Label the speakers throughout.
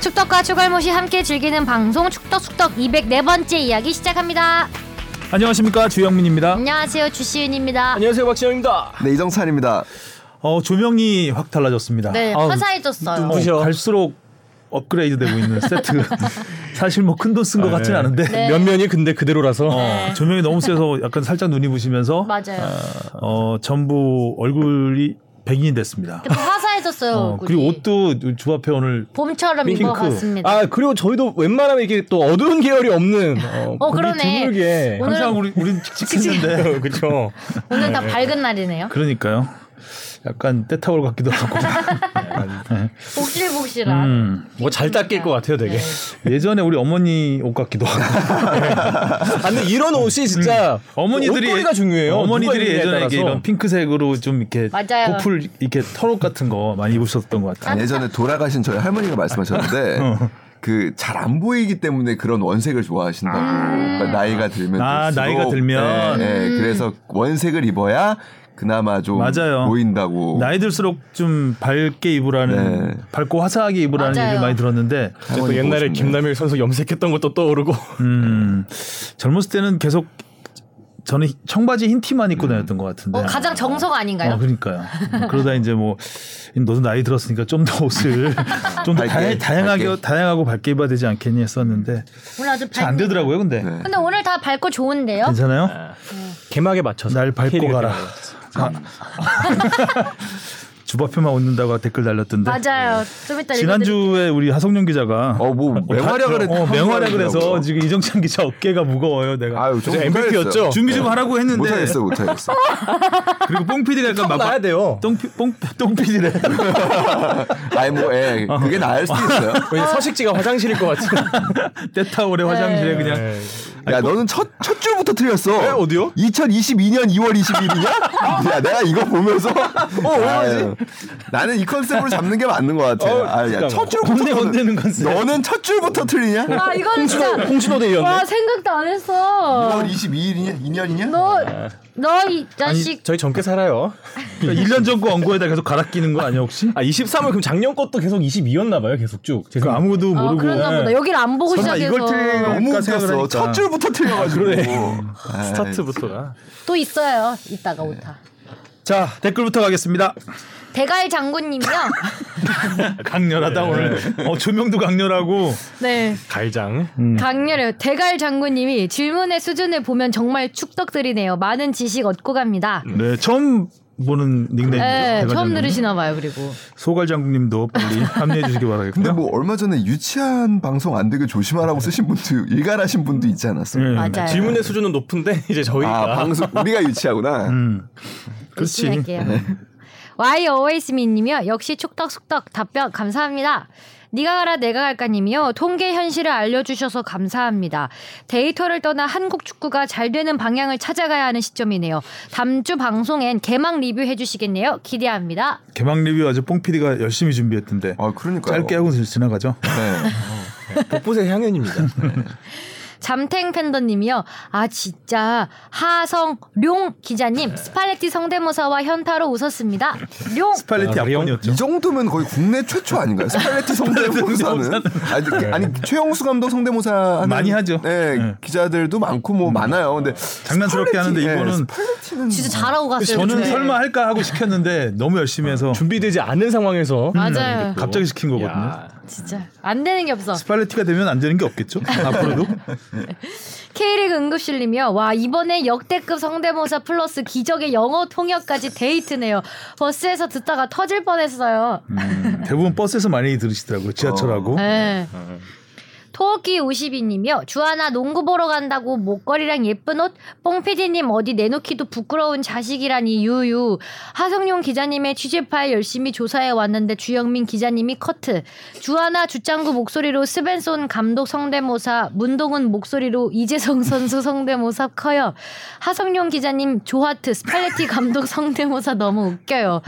Speaker 1: 축덕과 추갈못이 함께 즐기는 방송 축덕축덕 204번째 이야기 시작합니다.
Speaker 2: 안녕하십니까 주영민입니다.
Speaker 1: 안녕하세요 주시은입니다.
Speaker 3: 안녕하세요 박시영입니다.
Speaker 4: 네 이정찬입니다.
Speaker 2: 어 조명이 확 달라졌습니다.
Speaker 1: 네
Speaker 2: 아우, 뭐.
Speaker 1: 화사해졌어요.
Speaker 3: 눈부셔.
Speaker 2: 갈수록 업그레이드되고 있는 세트. 사실 뭐 큰 돈 쓴 것 같진
Speaker 3: 네.
Speaker 2: 않은데
Speaker 1: 네.
Speaker 3: 면면이 근데 그대로라서
Speaker 2: 어, 조명이 너무 세서 약간 살짝 눈이 부시면서
Speaker 1: 맞아요.
Speaker 2: 어 전부 얼굴이 백인이 됐습니다.
Speaker 1: 근데 화사해졌어요
Speaker 2: 아. 어,
Speaker 1: 얼굴이.
Speaker 2: 그리고 옷도 조합해 오늘
Speaker 1: 봄처럼 입것 같습니다.
Speaker 3: 아 그리고 저희도 웬만하면 이게 또 어두운 계열이 없는 어,
Speaker 1: 어, 그러네.
Speaker 3: 드물게
Speaker 1: 오늘은-
Speaker 2: 항상 우리 우린 칙칙했는데
Speaker 3: 그렇죠.
Speaker 1: 오늘 다 밝은 날이네요.
Speaker 2: 그러니까요. 약간 때타월 같기도 하고
Speaker 1: 복실복실한.
Speaker 3: 뭐 잘 닦일 것 같아요 되게.
Speaker 1: 네.
Speaker 2: 예전에 우리 어머니 옷 같기도 하고
Speaker 3: 아 근데 이런 옷이 진짜
Speaker 2: 음. 어머니들이
Speaker 3: 옷걸이가 중요해요.
Speaker 2: 어머니들이 예전에 이렇게 이런
Speaker 3: 피...
Speaker 2: 핑크색으로 좀 이렇게
Speaker 1: 맞아요.
Speaker 2: 보풀 이렇게 털옷 같은 거 많이 입으셨던 것 같아요. 어.
Speaker 4: 예전에 돌아가신 저희 할머니가 말씀하셨는데 그 잘 안 보이기 때문에 그런 원색을 좋아하신다고 그러니까 나이가 들면
Speaker 2: 아,
Speaker 4: 들수록
Speaker 2: 나이가 들면. 음.
Speaker 4: 예, 예, 그래서 원색을 입어야 그나마 좀
Speaker 2: 맞아요.
Speaker 4: 보인다고
Speaker 2: 나이 들수록 좀 밝게 입으라는
Speaker 4: 네.
Speaker 2: 밝고 화사하게 입으라는
Speaker 1: 맞아요.
Speaker 2: 얘기를 많이 들었는데
Speaker 4: 할머니
Speaker 3: 또 옛날에
Speaker 4: 보고 싶네요.
Speaker 3: 김남일 선수 염색했던 것도 떠오르고
Speaker 2: 음, 젊었을 때는 계속 저는 청바지 흰 티만 입고 다녔던 것 같은데.
Speaker 1: 어, 가장 정석 아닌가요?
Speaker 2: 어, 그러니까요. 음, 그러다 이제 뭐 너도 나이 들었으니까 좀 더 옷을 좀 더
Speaker 4: 밝게,
Speaker 2: 다양하게
Speaker 4: 밝게.
Speaker 2: 다양하고 밝게 입어야 되지 않겠니 했었는데
Speaker 1: 오늘 아주 밝.
Speaker 2: 잘 안 되더라고요. 근데
Speaker 4: 네.
Speaker 1: 근데 오늘 다 밝고 좋은데요.
Speaker 2: 괜찮아요?
Speaker 3: 개막에 맞춰서
Speaker 2: 날 밟고
Speaker 3: 캐리가
Speaker 2: 가라.
Speaker 3: 되는
Speaker 2: 주바표만 웃는다고 댓글 달렸던데.
Speaker 1: 맞아요. 좀 이따 읽어드릴게요.
Speaker 2: 지난주에 우리 하성룡 기자가
Speaker 4: 어뭐 맹활약을 했-
Speaker 2: 어, 맹활약을 해서
Speaker 4: 한국이라고.
Speaker 2: 지금 이정찬 기자 어깨가 무거워요. 내가
Speaker 4: 아유 좀
Speaker 3: 이제 MVP 였죠?
Speaker 2: 준비 좀 하라고 했는데
Speaker 4: 못하겠어 못하겠어
Speaker 2: 그리고 뽕 PD가 약간 막
Speaker 3: 나야 돼요.
Speaker 2: 똥피 똥똥 PD래.
Speaker 4: 아니 뭐예 그게 나을 수도 있어요
Speaker 3: 왜냐
Speaker 1: 아.
Speaker 3: 서식지가 화장실일 것 같은.
Speaker 2: 때타올의 화장실에
Speaker 1: 네.
Speaker 2: 그냥
Speaker 4: 네. 야 너는 첫, 첫 줄부터 틀렸어
Speaker 3: 에, 뭐- 네, 어디요?
Speaker 4: 2022년 2월 21일이냐? 야 내가 이거 보면서 어
Speaker 3: 왜러지?
Speaker 4: 나는 이 컨셉으로 잡는 게 맞는 것 같아
Speaker 3: 어,
Speaker 4: 아,
Speaker 3: 잠깐만.
Speaker 4: 야, 첫
Speaker 2: 혼내
Speaker 4: 줄부터
Speaker 2: 혼내는 컨셉.
Speaker 4: 너는 첫 줄부터 틀리냐?
Speaker 3: 어.
Speaker 1: 아 이거는 진짜
Speaker 3: 홍신호
Speaker 1: 와
Speaker 3: 대위원네.
Speaker 1: 생각도 안 했어.
Speaker 4: 2월 22일이냐? 2년이냐?
Speaker 1: 너너이 자식
Speaker 3: 저희 젊게 살아요.
Speaker 2: 그러니까 1년 전 거 원고에다 계속 갈아 끼는 거 아니야 혹시?
Speaker 3: 아 23월 그럼 작년 것도 계속 22였나 봐요 계속 쭉.
Speaker 2: 그 아무도
Speaker 1: 아,
Speaker 2: 모르고.
Speaker 1: 그랬나 보다. 여기를 안 보고 시작해서
Speaker 4: 너무
Speaker 2: 그러니까
Speaker 4: 웃겼어.
Speaker 2: 생각하니까.
Speaker 4: 첫 줄부터 틀려가지고.
Speaker 3: 아, 그러네.
Speaker 4: 아이,
Speaker 3: 스타트부터가.
Speaker 1: 또 있어요. 이따가 오타.
Speaker 2: 자 댓글부터 가겠습니다.
Speaker 1: 대갈 장군님이요.
Speaker 2: 강렬하다
Speaker 4: 네.
Speaker 2: 오늘. 어, 조명도 강렬하고.
Speaker 1: 네,
Speaker 3: 갈장.
Speaker 2: 음.
Speaker 1: 강렬해요. 대갈 장군님이 질문의 수준을 보면 정말 축덕드리네요. 많은 지식 얻고 갑니다.
Speaker 2: 네 처음 보는 닉네임.
Speaker 1: 네, 처음 들으시나 봐요. 그리고
Speaker 2: 소갈 장군님도 빨리 합류해 주시기 바라겠고요.
Speaker 4: 근데 뭐 얼마 전에 유치한 방송 안 되게 조심하라고 쓰신 분도 일갈하신 분도 있지 않았어요?
Speaker 2: 음,
Speaker 1: 맞아요.
Speaker 3: 질문의 수준은 높은데 이제 네.
Speaker 4: 아
Speaker 3: 저희가
Speaker 4: 방송 우리가 유치하구나.
Speaker 2: 음.
Speaker 1: 열심히
Speaker 2: 그렇지. 네.
Speaker 1: 할게요. Why always me님이요. 역시 축덕숙덕 답변 감사합니다. 니가 가라 내가 갈까님이요. 통계 현실을 알려주셔서 감사합니다. 데이터를 떠나 한국 축구가 잘 되는 방향을 찾아가야 하는 시점이네요. 다음 주 방송엔 개막 리뷰 해주시겠네요. 기대합니다.
Speaker 2: 개막 리뷰 아주 뽕 PD가 열심히 준비했던데.
Speaker 4: 아 그러니까요.
Speaker 2: 짧게 하고 지나가죠.
Speaker 4: 네.
Speaker 3: 복붙의 향연입니다.
Speaker 1: 잠탱 팬더님이요. 아 진짜 하성룡
Speaker 2: 네.
Speaker 1: 기자님 스팔레티 성대모사와 현타로 웃었습니다. 룡
Speaker 2: 스팔레티
Speaker 3: 아, 그래요?
Speaker 2: 앞번이었죠.
Speaker 4: 이 정도면 거의 국내 최초 아닌가요? 스팔레티 성대모사는 아니, 그, 아니 최영수 감독 성대모사 하는,
Speaker 2: 네. 많이 하죠.
Speaker 4: 네,
Speaker 2: 네.
Speaker 4: 기자들도 많고 뭐 많아요. 근데
Speaker 2: 장난스럽게 하는데
Speaker 4: 예,
Speaker 2: 이거는
Speaker 4: 스팔레티는
Speaker 1: 진짜 잘하고 갔어요.
Speaker 2: 저는
Speaker 1: 근데.
Speaker 2: 설마 할까 하고 시켰는데 너무 열심히 해서
Speaker 3: 준비되지 않은 상황에서
Speaker 1: 맞아요.
Speaker 2: 갑자기 시킨 거거든요.
Speaker 3: 야,
Speaker 1: 진짜 안 되는 게 없어.
Speaker 2: 스팔레티가 되면 안 되는 게 없겠죠. 앞으로도.
Speaker 1: K리그 응급실님이요. 와 이번에 역대급 성대모사 플러스 기적의 영어 통역까지 데이트네요. 버스에서 듣다가 터질 뻔했어요.
Speaker 2: 음, 대부분 버스에서 많이 들으시더라고요. 지하철하고.
Speaker 1: 네. 토끼 52님이요. 주하나 농구 보러 간다고 목걸이랑 예쁜 옷? 뽕피디님 어디 내놓기도 부끄러운 자식이라니 유유. 하성룡 기자님의 취재 파일 열심히 조사해 왔는데 주영민 기자님이 커트. 주하나 주짱구 목소리로 스벤손 감독 성대모사, 문동은 목소리로 이재성 선수 성대모사 커요. 하성룡 기자님 조하트 스팔레티 감독 성대모사 너무 웃겨요.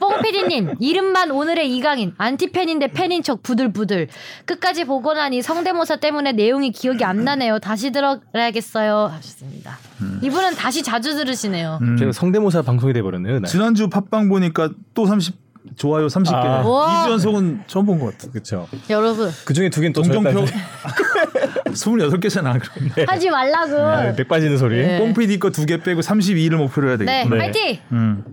Speaker 1: 뽕피디님 이름만 오늘의 이강인 안티팬인데 팬인 척 부들부들 끝까지 보고 나니 성대모사 때문에 내용이 기억이 안 나네요. 다시 들어야겠어요. 하셨습니다. 이분은
Speaker 3: 음.
Speaker 1: 다시 자주 들으시네요.
Speaker 3: 제가 성대모사 방송이 돼버렸네요. 그날.
Speaker 2: 지난주 팟빵 보니까 또 30 좋아요 30개.
Speaker 3: 아.
Speaker 1: 우와.
Speaker 2: 2주 연속은 처음 본 것 같아.
Speaker 3: 그렇죠.
Speaker 1: 여러분
Speaker 3: 그 중에 두 개는 또
Speaker 2: 동정표
Speaker 3: 저였다.
Speaker 2: 28개잖아. 그럼.
Speaker 1: 하지 말라고.
Speaker 3: 아,
Speaker 1: 네,
Speaker 3: 맥 빠지는 소리.
Speaker 1: 네.
Speaker 2: 뽕피디 거 두 개 빼고 32를 목표로 해야 되겠다.
Speaker 3: 네.
Speaker 1: 파이팅.
Speaker 2: 음.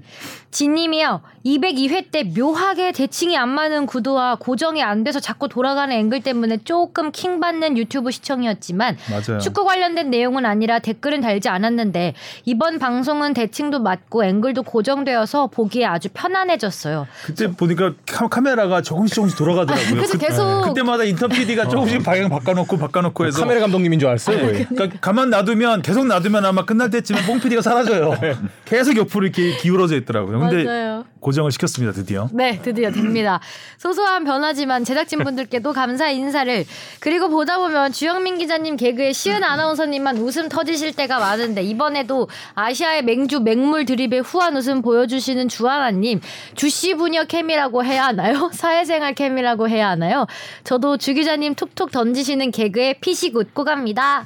Speaker 1: 진님이요. 202회 때 묘하게 대칭이 안 맞는 구도와 고정이 안 돼서 자꾸 돌아가는 앵글 때문에 조금 킹 받는 유튜브 시청이었지만
Speaker 2: 맞아요.
Speaker 1: 축구 관련된 내용은 아니라 댓글은 달지 않았는데 이번 방송은 대칭도 맞고 앵글도 고정되어서 보기에 아주 편안해졌어요.
Speaker 2: 그때 보니까 카, 카메라가 조금씩 조금씩 돌아가더라고요. 네.
Speaker 1: 그래서 계속-
Speaker 2: 그때마다 인턴 PD가 조금씩 방향 바꿔놓고 바꿔놓고 해서
Speaker 3: 어. 카메라 감독님인 줄 알았어요. 거의.
Speaker 2: 그러니까 가만 놔두면 계속 놔두면 아마 끝날 때쯤에 뽕 PD가 사라져요.
Speaker 3: 네.
Speaker 2: 계속 옆으로 이렇게 기울어져 있더라고요. 근데
Speaker 1: 맞아요.
Speaker 2: 고정을 시켰습니다 드디어.
Speaker 1: 네, 드디어 됩니다. 소소한 변화지만 제작진분들께도 감사 인사를. 그리고 보다 보면 주영민 기자님 개그에 시은 아나운서님만 웃음 터지실 때가 많은데 이번에도 아시아의 맹주 맹물 드립의 후한 웃음 보여주시는 주하나님 주씨 부녀 캠이라고 해야 하나요? 사회생활 캠이라고 해야 하나요? 저도 주 기자님 툭툭 던지시는 개그에 피식 웃고 갑니다.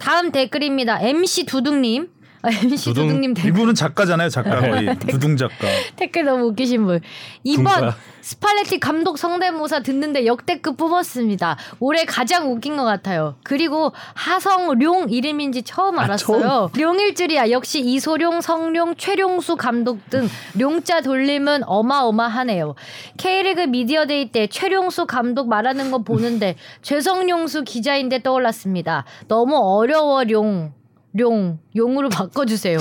Speaker 1: 다음 댓글입니다. MC 두둥님. 아, MC
Speaker 3: 두둥.
Speaker 1: 두둥님 네. 댓글.
Speaker 2: 이분은 작가잖아요, 작가 거의 두둥 작가.
Speaker 1: 댓글 너무 웃기신 분. 2번
Speaker 3: 군사.
Speaker 1: 스팔레티 감독 성대모사 듣는데 역대급 뽑았습니다. 올해 가장 웃긴 것 같아요. 그리고 하성룡 이름인지 아, 처음 알았어요. 룡일 줄이야. 역시 이소룡, 성룡, 최룡수 감독 등 룡자 돌림은 어마어마하네요. K리그 미디어데이 때 최룡수 감독 말하는 거 보는데 죄성룡수 기자인데 떠올랐습니다. 너무 어려워 룡. 룡 용으로 바꿔주세요.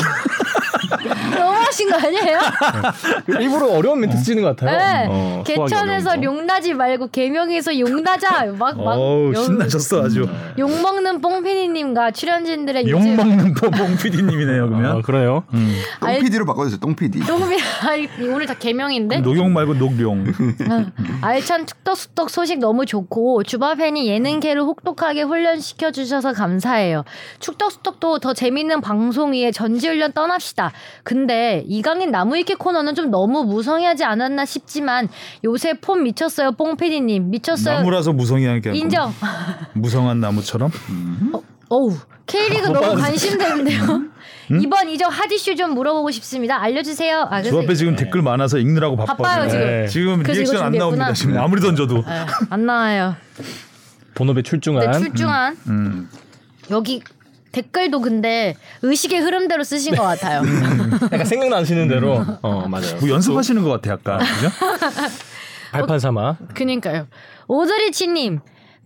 Speaker 1: 너무하신 거 아니에요?
Speaker 3: 일부러 어려운 멘트 쓰시는 것 같아요.
Speaker 1: 네.
Speaker 3: 어,
Speaker 1: 개천에서
Speaker 3: 소화기 어려운
Speaker 1: 용나지 말고 개명해서 용나자 음, 막 막
Speaker 2: 어우 신나셨어 아주.
Speaker 1: 욕먹는 뽕피디님과 출연진들의
Speaker 2: 욕
Speaker 1: 요즘-
Speaker 2: 먹는 뽕 PD님이네요
Speaker 3: 거.
Speaker 2: 그러면.
Speaker 3: 아, 그래요.
Speaker 1: 알-
Speaker 4: 똥 PD로 바꿔주세요. 똥 PD.
Speaker 1: 녹음이 아니, 오늘 다
Speaker 3: 아,
Speaker 1: 개명인데
Speaker 2: 녹용 말고 녹룡.
Speaker 1: 응. 알찬 축덕숙덕 소식 너무 좋고 주바팬이 예능계를 혹독하게 훈련시켜 주셔서 감사해요. 축덕숙덕도 더 재밌는 방송 위에 전지훈련 떠납시다. 근데 이강인 나무위키 코너는 좀 너무 무성의하지 않았나 싶지만 요새 폼 미쳤어요 뽕피디님 미쳤어요
Speaker 2: 나무라서 무성이하게 하고.
Speaker 1: 인정.
Speaker 2: 무성한 나무처럼.
Speaker 1: 어우 K리그 너무 관심되는데요. 이번 이적 하디슈 좀 물어보고 싶습니다. 알려주세요. 아,
Speaker 2: 주
Speaker 1: 그래서
Speaker 2: 앞에 지금 댓글 많아서 읽느라고 바빠.
Speaker 1: 바빠요, 지금.
Speaker 3: 네.
Speaker 2: 지금
Speaker 1: 그래서 이거
Speaker 2: 리액션 안 나옵니다.
Speaker 1: 준비했구나.
Speaker 2: 네. 지금 아무리 던져도.
Speaker 1: 아, 안 나와요.
Speaker 3: 본업에
Speaker 1: 근데
Speaker 3: 출중한
Speaker 1: 네, 출중한
Speaker 2: 음.
Speaker 1: 여기 댓글도 근데 의식의 흐름대로 쓰신 것 같아요.
Speaker 3: 약간 생각나시는 대로. 어 맞아요.
Speaker 2: 뭐 연습하시는 것 같아 약간. 그죠?
Speaker 3: 발판 삼아.
Speaker 1: 그니까요. 오드리치님.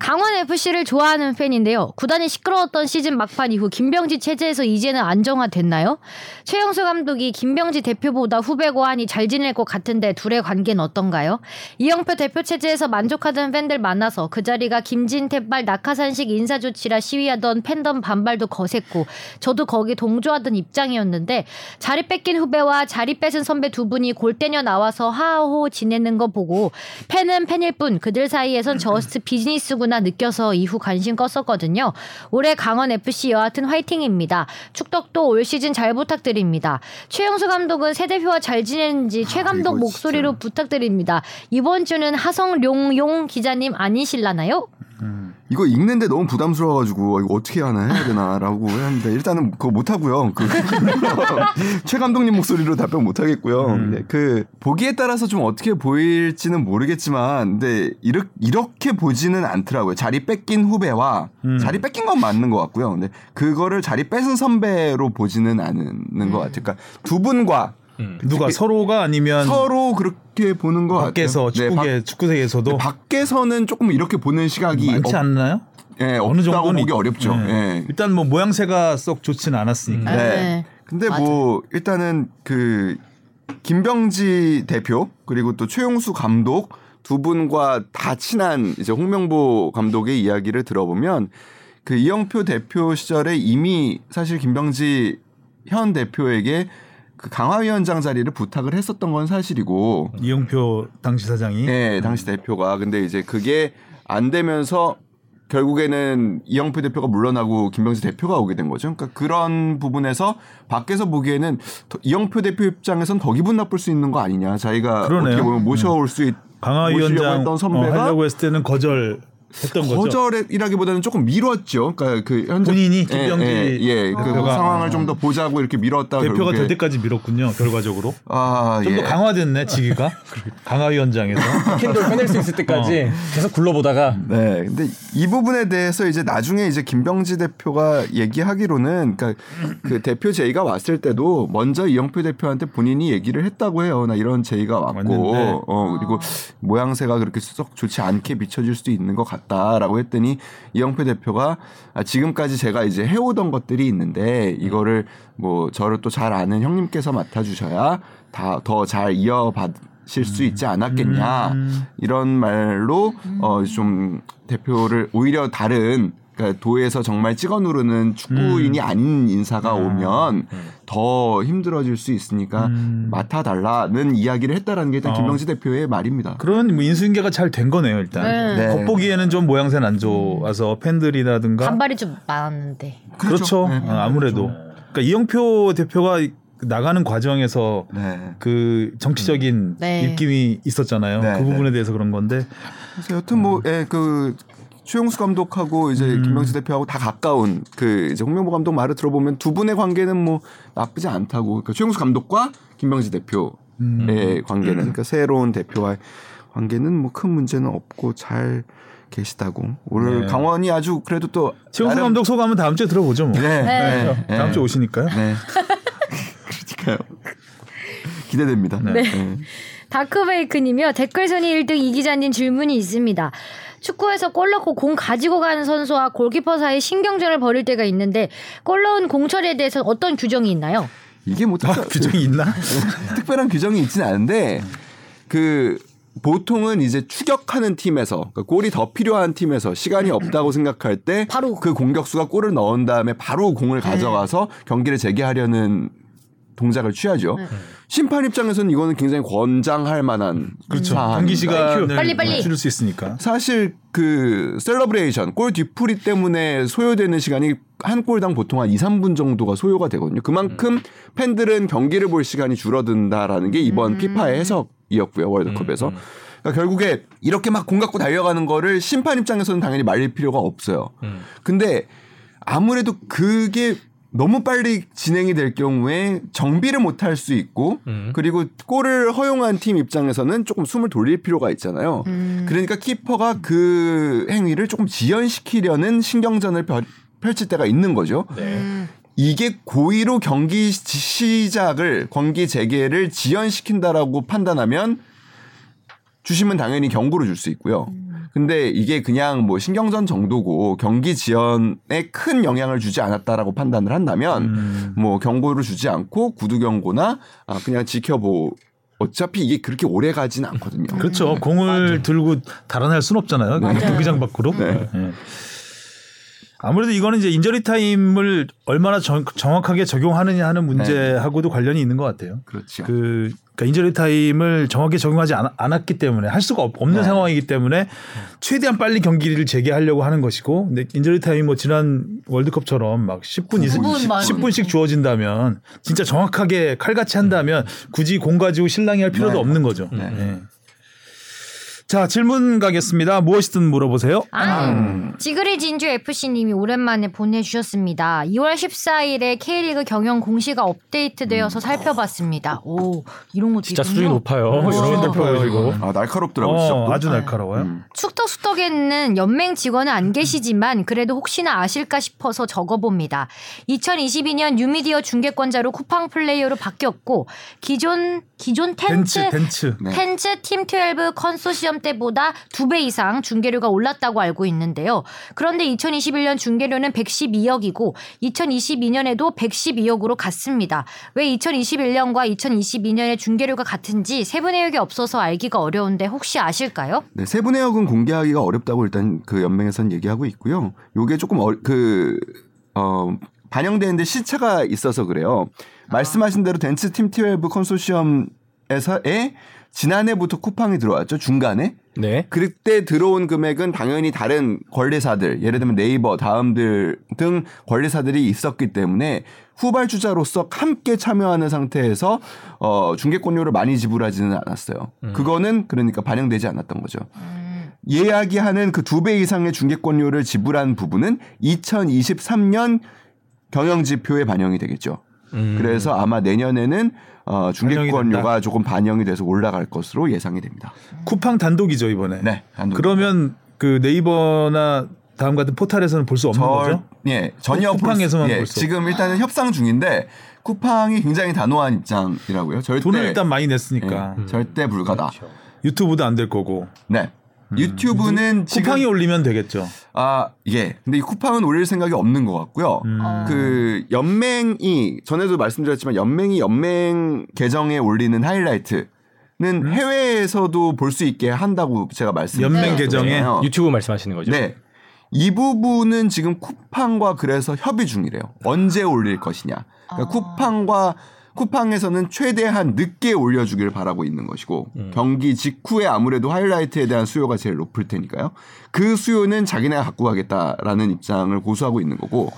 Speaker 1: 강원 FC를 좋아하는 팬인데요. 구단이 시끄러웠던 시즌 막판 이후 김병지 체제에서 이제는 안정화됐나요? 최영수 감독이 김병지 대표보다 후배고 하니 잘 지낼 것 같은데 둘의 관계는 어떤가요? 이영표 대표 체제에서 만족하던 팬들 많아서 그 자리가 김진 태발 낙하산식 인사 조치라 시위하던 팬덤 반발도 거셌고 저도 거기 동조하던 입장이었는데 자리 뺏긴 후배와 자리 뺏은 선배 두 분이 골때녀 나와서 하하호 지내는 거 보고 팬은 팬일 뿐 그들 사이에선 저스트 비즈니스구나 느껴서 이후 관심 껐었거든요. 올해 강원 FC 여하튼 화이팅입니다. 축덕도 올 시즌 잘 부탁드립니다. 최영수 감독은 새 대표와 잘 지내는지 최 감독
Speaker 4: 아, 이거
Speaker 1: 목소리로 부탁드립니다. 이번 주는 하성룡용 기자님 아니실라나요?
Speaker 4: 이거 읽는데 너무 부담스러워가지고 이거 어떻게 하나 해야 되나라고 했는데 일단은 그거 못 하고요. 그 최 감독님 목소리로 답변 못 하겠고요.
Speaker 2: 음.
Speaker 4: 네, 그 보기에 따라서 좀 어떻게 보일지는 모르겠지만, 근데 이렇게, 이렇게 보지는 않더라고요. 자리 뺏긴 후배와
Speaker 2: 음.
Speaker 4: 자리 뺏긴 건 맞는 것 같고요. 근데 그거를 자리 뺏은 선배로 보지는 않는 것 같아요. 그러니까 두 분과
Speaker 2: 누가 서로가 아니면
Speaker 4: 음. 서로 그렇게 보는 것
Speaker 2: 밖에서
Speaker 4: 같아요.
Speaker 2: 축구계
Speaker 4: 네,
Speaker 2: 축구세계에서도
Speaker 4: 밖- 밖에서는 조금 이렇게 보는 시각이
Speaker 2: 많지
Speaker 4: 없-
Speaker 2: 않나요?
Speaker 4: 예,
Speaker 2: 어느
Speaker 4: 없다고
Speaker 2: 정도는
Speaker 4: 보기
Speaker 2: 있-
Speaker 4: 어렵죠.
Speaker 2: 네.
Speaker 4: 예.
Speaker 2: 일단 뭐 모양새가 썩 좋지는 않았으니까.
Speaker 4: 네.
Speaker 1: 네.
Speaker 4: 근데
Speaker 1: 맞아요.
Speaker 4: 뭐 일단은 그 김병지 대표 그리고 또 최용수 감독 두 분과 다 친한 이제 홍명보 감독의 이야기를 들어보면 그 이영표 대표 시절에 이미 사실 김병지 현 대표에게 그 강화위원장 자리를 부탁을 했었던 건
Speaker 2: 음.
Speaker 4: 사실이고
Speaker 2: 이영표 당시 사장이
Speaker 4: 네, 당시 대표가 근데 이제 그게 안 되면서 결국에는 이영표 대표가 물러나고 김병지 대표가 오게 된 거죠. 그러니까 그런 부분에서 밖에서 보기에는 더- 이영표 대표 입장에선 더 기분 나쁠 수 있는 거 아니냐. 자기가
Speaker 2: 그러네요.
Speaker 4: 어떻게 보면 모셔올 수 있,
Speaker 2: 강화
Speaker 4: 모시려고
Speaker 2: 위원장
Speaker 4: 했던
Speaker 2: 어,
Speaker 4: 선배가
Speaker 2: 하려고 했을 때는 거절 했던 거죠.
Speaker 4: 거절이라기보다는 조금 미뤘죠. 그러니까 그 현재
Speaker 2: 본인이
Speaker 4: 예,
Speaker 2: 김병지
Speaker 4: 예, 예. 그
Speaker 2: 대표가- 어.
Speaker 4: 상황을 좀 더 보자고 이렇게 미뤘다
Speaker 2: 대표가
Speaker 4: 결국에.
Speaker 2: 될 때까지 밀었군요. 결과적으로
Speaker 4: 아,
Speaker 2: 좀 더
Speaker 4: 예.
Speaker 2: 강화됐네 지기가 강화위원장에서
Speaker 3: 캔들 꺼낼 수 있을 때까지 계속 굴러보다가
Speaker 4: 네, 근데 이 부분에 대해서 이제 나중에 이제 김병지 대표가 얘기하기로는 그러니까 그 대표 제의가 왔을 때도 먼저 이영표 대표한테 본인이 얘기를 했다고 해요. 나 이런 제의가
Speaker 2: 왔는데.
Speaker 4: 왔고, 어 그리고 모양새가 그렇게 썩 좋지 않게 비춰질 수도 있는 것 같다라고 했더니 이영표 대표가 아, 지금까지 제가 이제 해오던 것들이 있는데 이거를 뭐 저를 또 잘 아는 형님께서 맡아주셔야 다 더 잘 이어받실 수 있지 않았겠냐. 이런 말로 어 좀 대표를 오히려 다른 그러니까 도에서 정말 찍어 누르는 축구인이
Speaker 2: 음.
Speaker 4: 아닌 인사가 오면 더 힘들어질 수 있으니까
Speaker 2: 음.
Speaker 4: 맡아달라는 이야기를 했다라는 게 일단
Speaker 2: 어.
Speaker 4: 김병지 대표의 말입니다.
Speaker 2: 그러면 뭐 인수인계가 잘 된 거네요 일단
Speaker 1: 네.
Speaker 4: 네.
Speaker 2: 겉보기에는 좀 모양새는 안 좋아서 팬들이라든가
Speaker 1: 반발이 좀 많았는데.
Speaker 2: 그렇죠,
Speaker 4: 네.
Speaker 2: 어, 아무래도 그러니까 이영표 대표가 이- 나가는 과정에서
Speaker 4: 네.
Speaker 2: 그 정치적인
Speaker 1: 네.
Speaker 2: 입김이 있었잖아요
Speaker 4: 네,
Speaker 2: 그 부분에
Speaker 4: 네.
Speaker 2: 대해서 그런 건데
Speaker 4: 그래서 여튼
Speaker 2: 음.
Speaker 4: 뭐그 최용수 감독하고 이제 김병지 대표하고 다 가까운 그 이제 홍명보 감독 말을 들어보면 두 분의 관계는 뭐 나쁘지 않다고. 그러니까 최용수 감독과 김병지 대표의
Speaker 2: 음.
Speaker 4: 관계는 그러니까 새로운 대표와의 관계는 뭐 큰 문제는 없고 잘 계시다고. 오늘
Speaker 2: 네.
Speaker 4: 강원이 아주 그래도 또
Speaker 2: 최용수
Speaker 4: 나름-
Speaker 2: 감독 소감은 다음 주에 들어보죠 뭐
Speaker 4: 네. 네. 네.
Speaker 2: 다음 주에 오시니까요
Speaker 4: 네. 그러니까요. 기대됩니다. 네.
Speaker 1: 다크베이크님이요. 댓글순위 1등 이 기자님 질문이 있습니다. 축구에서 골 넣고 공 가지고 가는 선수와 골키퍼 사이 신경전을 벌일 때가 있는데 골 넣은 공 처리에 대해서 어떤 규정이 있나요?
Speaker 4: 이게 뭐
Speaker 2: 아,
Speaker 4: 특별-
Speaker 2: 규정이 있나
Speaker 4: 음. 특별한 규정이 있지는 않은데 그 보통은 이제 추격하는 팀에서 그러니까 골이 더 필요한 팀에서 시간이 없다고 생각할 때
Speaker 1: 바로. 네.
Speaker 4: 그 공격수가 골을 넣은 다음에 바로 공을 가져가서 경기를 재개하려는 동작을 취하죠.
Speaker 1: 네.
Speaker 4: 심판 입장에서는 이거는 굉장히 권장할 만한
Speaker 2: 그렇죠
Speaker 4: 사안.
Speaker 2: 경기 시간을
Speaker 1: 빨리, 빨리.
Speaker 2: 줄일 수 있으니까
Speaker 4: 사실 그 셀러브레이션 골 뒤풀이 때문에 소요되는 시간이 한 골당 보통 한 2, 3분 정도가 소요가 되거든요. 그만큼 팬들은 경기를 볼 시간이 줄어든다라는 게 이번 피파의 해석이었고요. 월드컵에서. 그러니까 결국에 이렇게 막 공 갖고 달려가는 거를 심판 입장에서는 당연히 말릴 필요가 없어요. 근데 아무래도 그게 너무 빨리 진행이 될 경우에 정비를 못 할 수 있고 그리고 골을 허용한 팀 입장에서는 조금 숨을 돌릴 필요가 있잖아요. 그러니까 키퍼가 그 행위를 조금 지연시키려는 신경전을 펼- 펼칠 때가 있는 거죠. 이게 고의로 경기 시- 시작을 경기 재개를 지연시킨다라고 판단하면 주심은 당연히 경고를 줄 수 있고요. 근데 이게 그냥 뭐 신경전 정도고 경기 지연에 큰 영향을 주지 않았다라고 판단을 한다면
Speaker 2: 음.
Speaker 4: 뭐 경고를 주지 않고 구두 경고나 아 그냥 지켜보 어차피 이게 그렇게 오래 가진 않거든요.
Speaker 2: 그렇죠.
Speaker 1: 음.
Speaker 2: 공을 들고 달아날 순 없잖아요. 경기장 밖으로.
Speaker 4: 네.
Speaker 2: 예. 아무래도 이거는 이제 인저리 타임을 얼마나 정, 확하게 적용하느냐 하는 문제하고도 관련이 있는 것 같아요.
Speaker 4: 네. 그렇죠.
Speaker 2: 그 그러니까 인저리 타임을 정확히 적용하지 않, 않았기 때문에 할 수가 없,
Speaker 4: 네.
Speaker 2: 는 상황이기 때문에 최대한 빨리 경기를 재개하려고 하는 것이고 근데 인저리 타임 뭐 지난 월드컵처럼 막 10분 이상
Speaker 1: 9분 막
Speaker 2: 10분씩 주어진다면 진짜 정확하게 칼같이 한다면 굳이 공 가지고 실랑이 할 필요도
Speaker 4: 네.
Speaker 2: 없는 거죠.
Speaker 4: 네.
Speaker 2: 예. 자 질문 가겠습니다. 무엇이든 물어보세요.
Speaker 1: 아,
Speaker 3: 음.
Speaker 1: 지그리 진주 FC님이 오랜만에 보내주셨습니다. 2월 14일에 K리그 경영 공시가 업데이트되어서 살펴봤습니다. 오, 이런 것도
Speaker 3: 음. 진짜
Speaker 1: 있군요.
Speaker 3: 수준이 높아요.
Speaker 2: 어,
Speaker 3: 수준이
Speaker 1: 어.
Speaker 3: 높아요 이거.
Speaker 4: 아 날카롭더라고요.
Speaker 2: 어,
Speaker 4: 시작도.
Speaker 2: 아주 날카로워요.
Speaker 1: 축덕수덕에는 연맹 직원은 안 계시지만 그래도 혹시나 아실까 싶어서 적어봅니다. 2022년 뉴미디어 중계권자로 쿠팡 플레이어로 바뀌었고 기존 기존 텐츠
Speaker 2: 벤츠 벤츠.
Speaker 4: 네.
Speaker 1: 텐츠 팀12 컨소시엄 때보다 두 배 이상 중계료가 올랐다고 알고 있는데요. 그런데 2021년 중계료는 112억이고 2022년에도 112억으로 같습니다. 왜 2021년과 2022년의 중계료가 같은지 세부 내역이 없어서 알기가 어려운데 혹시 아실까요?
Speaker 4: 네, 세부 내역은 공개하기가 어렵다고 일단 그 연맹에선 얘기하고 있고요. 요게 조금 어, 그, 어, 반영되는데 시차가 있어서 그래요. 말씀하신 대로 덴츠 팀12 컨소시엄에서의 지난해부터 쿠팡이 들어왔죠. 중간에.
Speaker 3: 네.
Speaker 4: 그때 들어온 금액은 당연히 다른 권리사들, 예를 들면 네이버, 다음들 등 권리사들이 있었기 때문에 후발주자로서 함께 참여하는 상태에서
Speaker 2: 음.
Speaker 4: 어, 중개권료를 많이 지불하지는 않았어요. 그거는 그러니까 반영되지 않았던 거죠. 예약이하는 그 두 배 이상의 중개권료를 지불한 부분은 2023년 경영지표에 반영이 되겠죠. 그래서 아마 내년에는 어,
Speaker 2: 음. 반영이
Speaker 4: 중개권료가 조금 반영이 돼서 올라갈 것으로 예상이 됩니다.
Speaker 2: 쿠팡 단독이죠 이번에.
Speaker 4: 네, 단독.
Speaker 2: 그러면 그 네이버나 다음 같은 포탈에서는 볼 수 없는 거죠?
Speaker 4: 예, 전혀
Speaker 2: 쿠팡에서만
Speaker 4: 볼 수-
Speaker 2: 볼
Speaker 4: 예,
Speaker 2: 수 없-
Speaker 4: 지금 일단은 협상 중인데 쿠팡이 굉장히 단호한 입장이라고요. 절대
Speaker 3: 네.
Speaker 2: 돈을 일단 많이
Speaker 4: 예,
Speaker 3: 음,
Speaker 2: 냈으니까 음.
Speaker 4: 절대 불가다.
Speaker 2: 유튜브도 안 될 거고
Speaker 4: 네. 유튜브는 지금
Speaker 2: 음. 쿠팡이 올리면 되겠죠.
Speaker 4: 아, 예. 근데 이 쿠팡은 올릴 생각이 없는 것 같고요.
Speaker 2: 음.
Speaker 4: 그 연맹이 전에도 말씀드렸지만 연맹이 연맹 계정에 올리는 하이라이트는 해외에서도 볼 수 있게 한다고 제가 말씀드렸어요.
Speaker 2: 음. 연맹 계정에
Speaker 3: 유튜브 말씀하시는 거죠?
Speaker 4: 네. 이 부분은 지금 쿠팡과 그래서 협의 중이래요. 언제 올릴 것이냐. 그러니까 쿠팡과 쿠팡에서는 최대한 늦게 올려주길 바라고 있는 것이고
Speaker 2: 음.
Speaker 4: 경기 직후에 아무래도 하이라이트에 대한 수요가 제일 높을 테니까요. 그 수요는 자기네가 갖고 가겠다라는 입장을 고수하고 있는 거고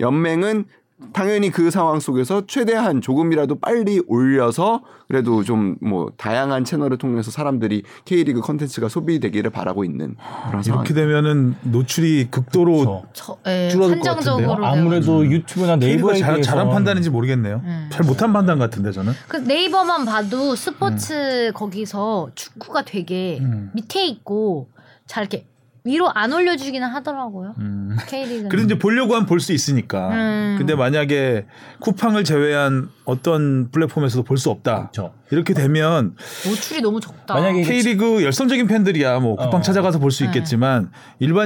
Speaker 4: 연맹은 당연히 그 상황 속에서 최대한 조금이라도 빨리 올려서 그래도 좀 뭐 다양한 채널을 통해서 사람들이 K리그 컨텐츠가 소비되기를 바라고 있는 그런 상황.
Speaker 2: 이렇게 되면은 노출이 극도로
Speaker 3: 아, 그렇죠.
Speaker 1: 저, 예,
Speaker 2: 줄어들 것
Speaker 1: 한정적으로
Speaker 2: 같은데요?
Speaker 1: 돼가지고.
Speaker 3: 아무래도 유튜브나
Speaker 2: 네이버
Speaker 3: 네이버에
Speaker 2: 잘,
Speaker 3: 비해서
Speaker 2: 잘한 판단인지 모르겠네요.
Speaker 1: 음.
Speaker 2: 잘 못한 판단 같은데 저는.
Speaker 1: 그 네이버만 봐도
Speaker 3: 음.
Speaker 1: 스포츠 거기서 축구가 되게
Speaker 2: 음.
Speaker 1: 밑에 있고 잘 이렇게 위로 안 올려주기는 하더라고요.
Speaker 3: 음.
Speaker 1: K리그는.
Speaker 2: 그래도 이제 보려고 하면 볼 수 있으니까.
Speaker 1: 음.
Speaker 2: 근데 만약에 쿠팡을 제외한 어떤 플랫폼에서도 볼 수 없다.
Speaker 3: 그렇죠.
Speaker 2: 이렇게 되면
Speaker 1: 노출이 너무 적다.
Speaker 3: 만약에 이게
Speaker 2: K리그 열성적인 팬들이야 뭐 쿠팡
Speaker 3: 어.
Speaker 2: 찾아가서 볼 수
Speaker 1: 네.
Speaker 2: 있겠지만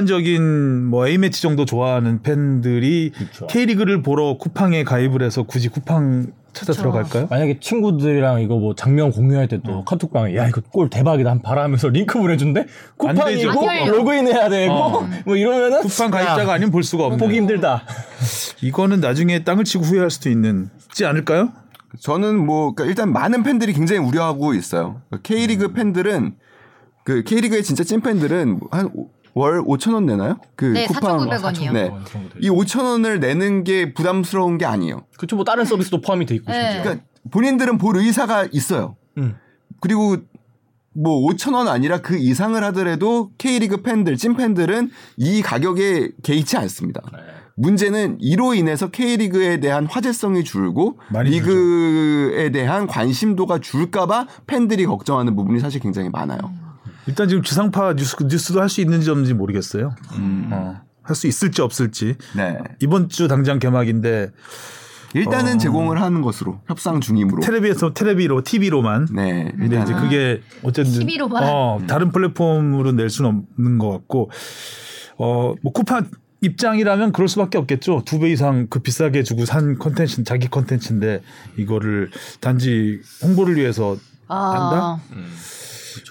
Speaker 2: 일반적인 뭐 A 매치 정도 좋아하는 팬들이
Speaker 3: 그렇죠.
Speaker 2: K리그를 보러 쿠팡에 가입을 해서 굳이 쿠팡 찾아
Speaker 1: 그렇죠.
Speaker 2: 들어갈까요?
Speaker 3: 만약에 친구들이랑 이거 뭐 장면 공유할 때 또 카톡방에 야 이거 골 대박이다 한 봐라 하면서 링크 보내준대
Speaker 2: 되죠.
Speaker 3: 쿠팡이고
Speaker 1: 안 열려.
Speaker 3: 로그인해야 되고
Speaker 2: 어.
Speaker 3: 뭐 이러면은
Speaker 2: 쿠팡
Speaker 3: 야,
Speaker 2: 가입자가 아니면 볼 수가 없는
Speaker 3: 보기 힘들다
Speaker 2: 이거는 나중에 땅을 치고 후회할 수도 있는지 않을까요?
Speaker 4: 저는 뭐 그러니까 일단 많은 팬들이 굉장히 우려하고 있어요. 그러니까
Speaker 1: 음.
Speaker 4: K리그 팬들은 그 K리그의 진짜 찐 팬들은 한 월 5천 원 내나요? 그
Speaker 1: 네,
Speaker 4: 쿠팡
Speaker 1: 4,900원 이요.
Speaker 4: 네. 이 5천 원을 내는 게 부담스러운 게 아니에요.
Speaker 3: 그쵸 뭐 다른 서비스도 포함이 돼 있고
Speaker 1: 네.
Speaker 3: 심지어.
Speaker 4: 그러니까 본인들은 볼 의사가 있어요.
Speaker 3: 음.
Speaker 4: 그리고 뭐 5천 원 아니라 그 이상을 하더라도 K리그 팬들 찐 팬들은 이 가격에 개의치 않습니다. 문제는 이로 인해서 K리그에 대한 화제성이 줄고
Speaker 2: 많이
Speaker 4: 리그에 대한 관심도가 줄까봐 팬들이 걱정하는 부분이 사실 굉장히 많아요.
Speaker 2: 일단 지금 지상파 뉴스, 뉴스도 할 수 있는지 없는지 모르겠어요.
Speaker 4: 음.
Speaker 2: 어, 할 수 있을지 없을지
Speaker 4: 네.
Speaker 2: 이번 주 당장 개막인데
Speaker 4: 일단은 제공을 하는 것으로 협상 중임으로.
Speaker 2: 어. 테레비에서 테레비로 TV로만
Speaker 4: 네.
Speaker 2: 근데 이제
Speaker 4: 일단은
Speaker 2: 그게 어쨌든
Speaker 1: TV로만?
Speaker 2: 어, 다른 플랫폼으로 낼 수는 없는 것 같고 어뭐 쿠팡 입장이라면 그럴 수밖에 없겠죠. 두 배 이상 그 비싸게 주고 산 컨텐츠 자기 컨텐츠인데 이거를 단지 홍보를 위해서
Speaker 1: 아,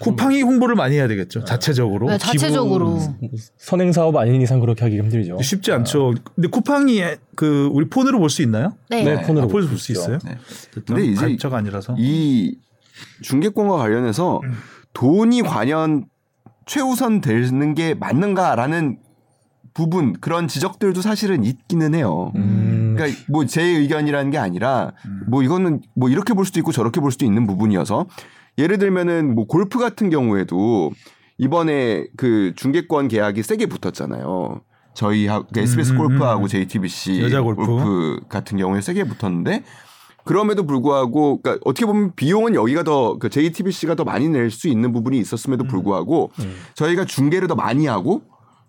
Speaker 2: 쿠팡이 홍보를 많이 해야 되겠죠. 자체적으로.
Speaker 1: 네,
Speaker 2: 기부
Speaker 1: 자체적으로.
Speaker 3: 선행 사업 아닌 이상 그렇게 하기 힘들죠
Speaker 2: 쉽지 않죠. 근데 쿠팡이 그 우리 폰으로 볼 수 있나요?
Speaker 1: 네.
Speaker 3: 네, 폰으로
Speaker 2: 아,
Speaker 3: 볼
Speaker 2: 폰으로 볼 수
Speaker 3: 있죠.
Speaker 2: 있어요?
Speaker 4: 네.
Speaker 2: 근데
Speaker 4: 근데
Speaker 2: 이제
Speaker 4: 이제
Speaker 2: 가입자가 아니라서
Speaker 4: 이 중개권과 관련해서 돈이 관연 최우선 되는 게 맞는가라는 부분 그런 지적들도 사실은 있기는 해요.
Speaker 3: 음.
Speaker 4: 그러니까 뭐 제 의견이라는 게 아니라
Speaker 2: 음.
Speaker 4: 뭐 이거는 뭐 이렇게 볼 수도 있고 저렇게 볼 수도 있는 부분이어서 예를 들면은 뭐 골프 같은 경우에도 이번에 그 중계권 계약이 세게 붙었잖아요. 저희 하- 그 SBS
Speaker 2: 음, 음,
Speaker 4: 골프하고
Speaker 2: 음.
Speaker 4: JTBC
Speaker 2: 여자 골프.
Speaker 4: 같은 경우에 세게 붙었는데 그럼에도 불구하고 그러니까 어떻게 보면 비용은 여기가 더그 JTBC가 더 많이 낼 수 있는 부분이 있었음에도 불구하고 저희가 중계를 더 많이 하고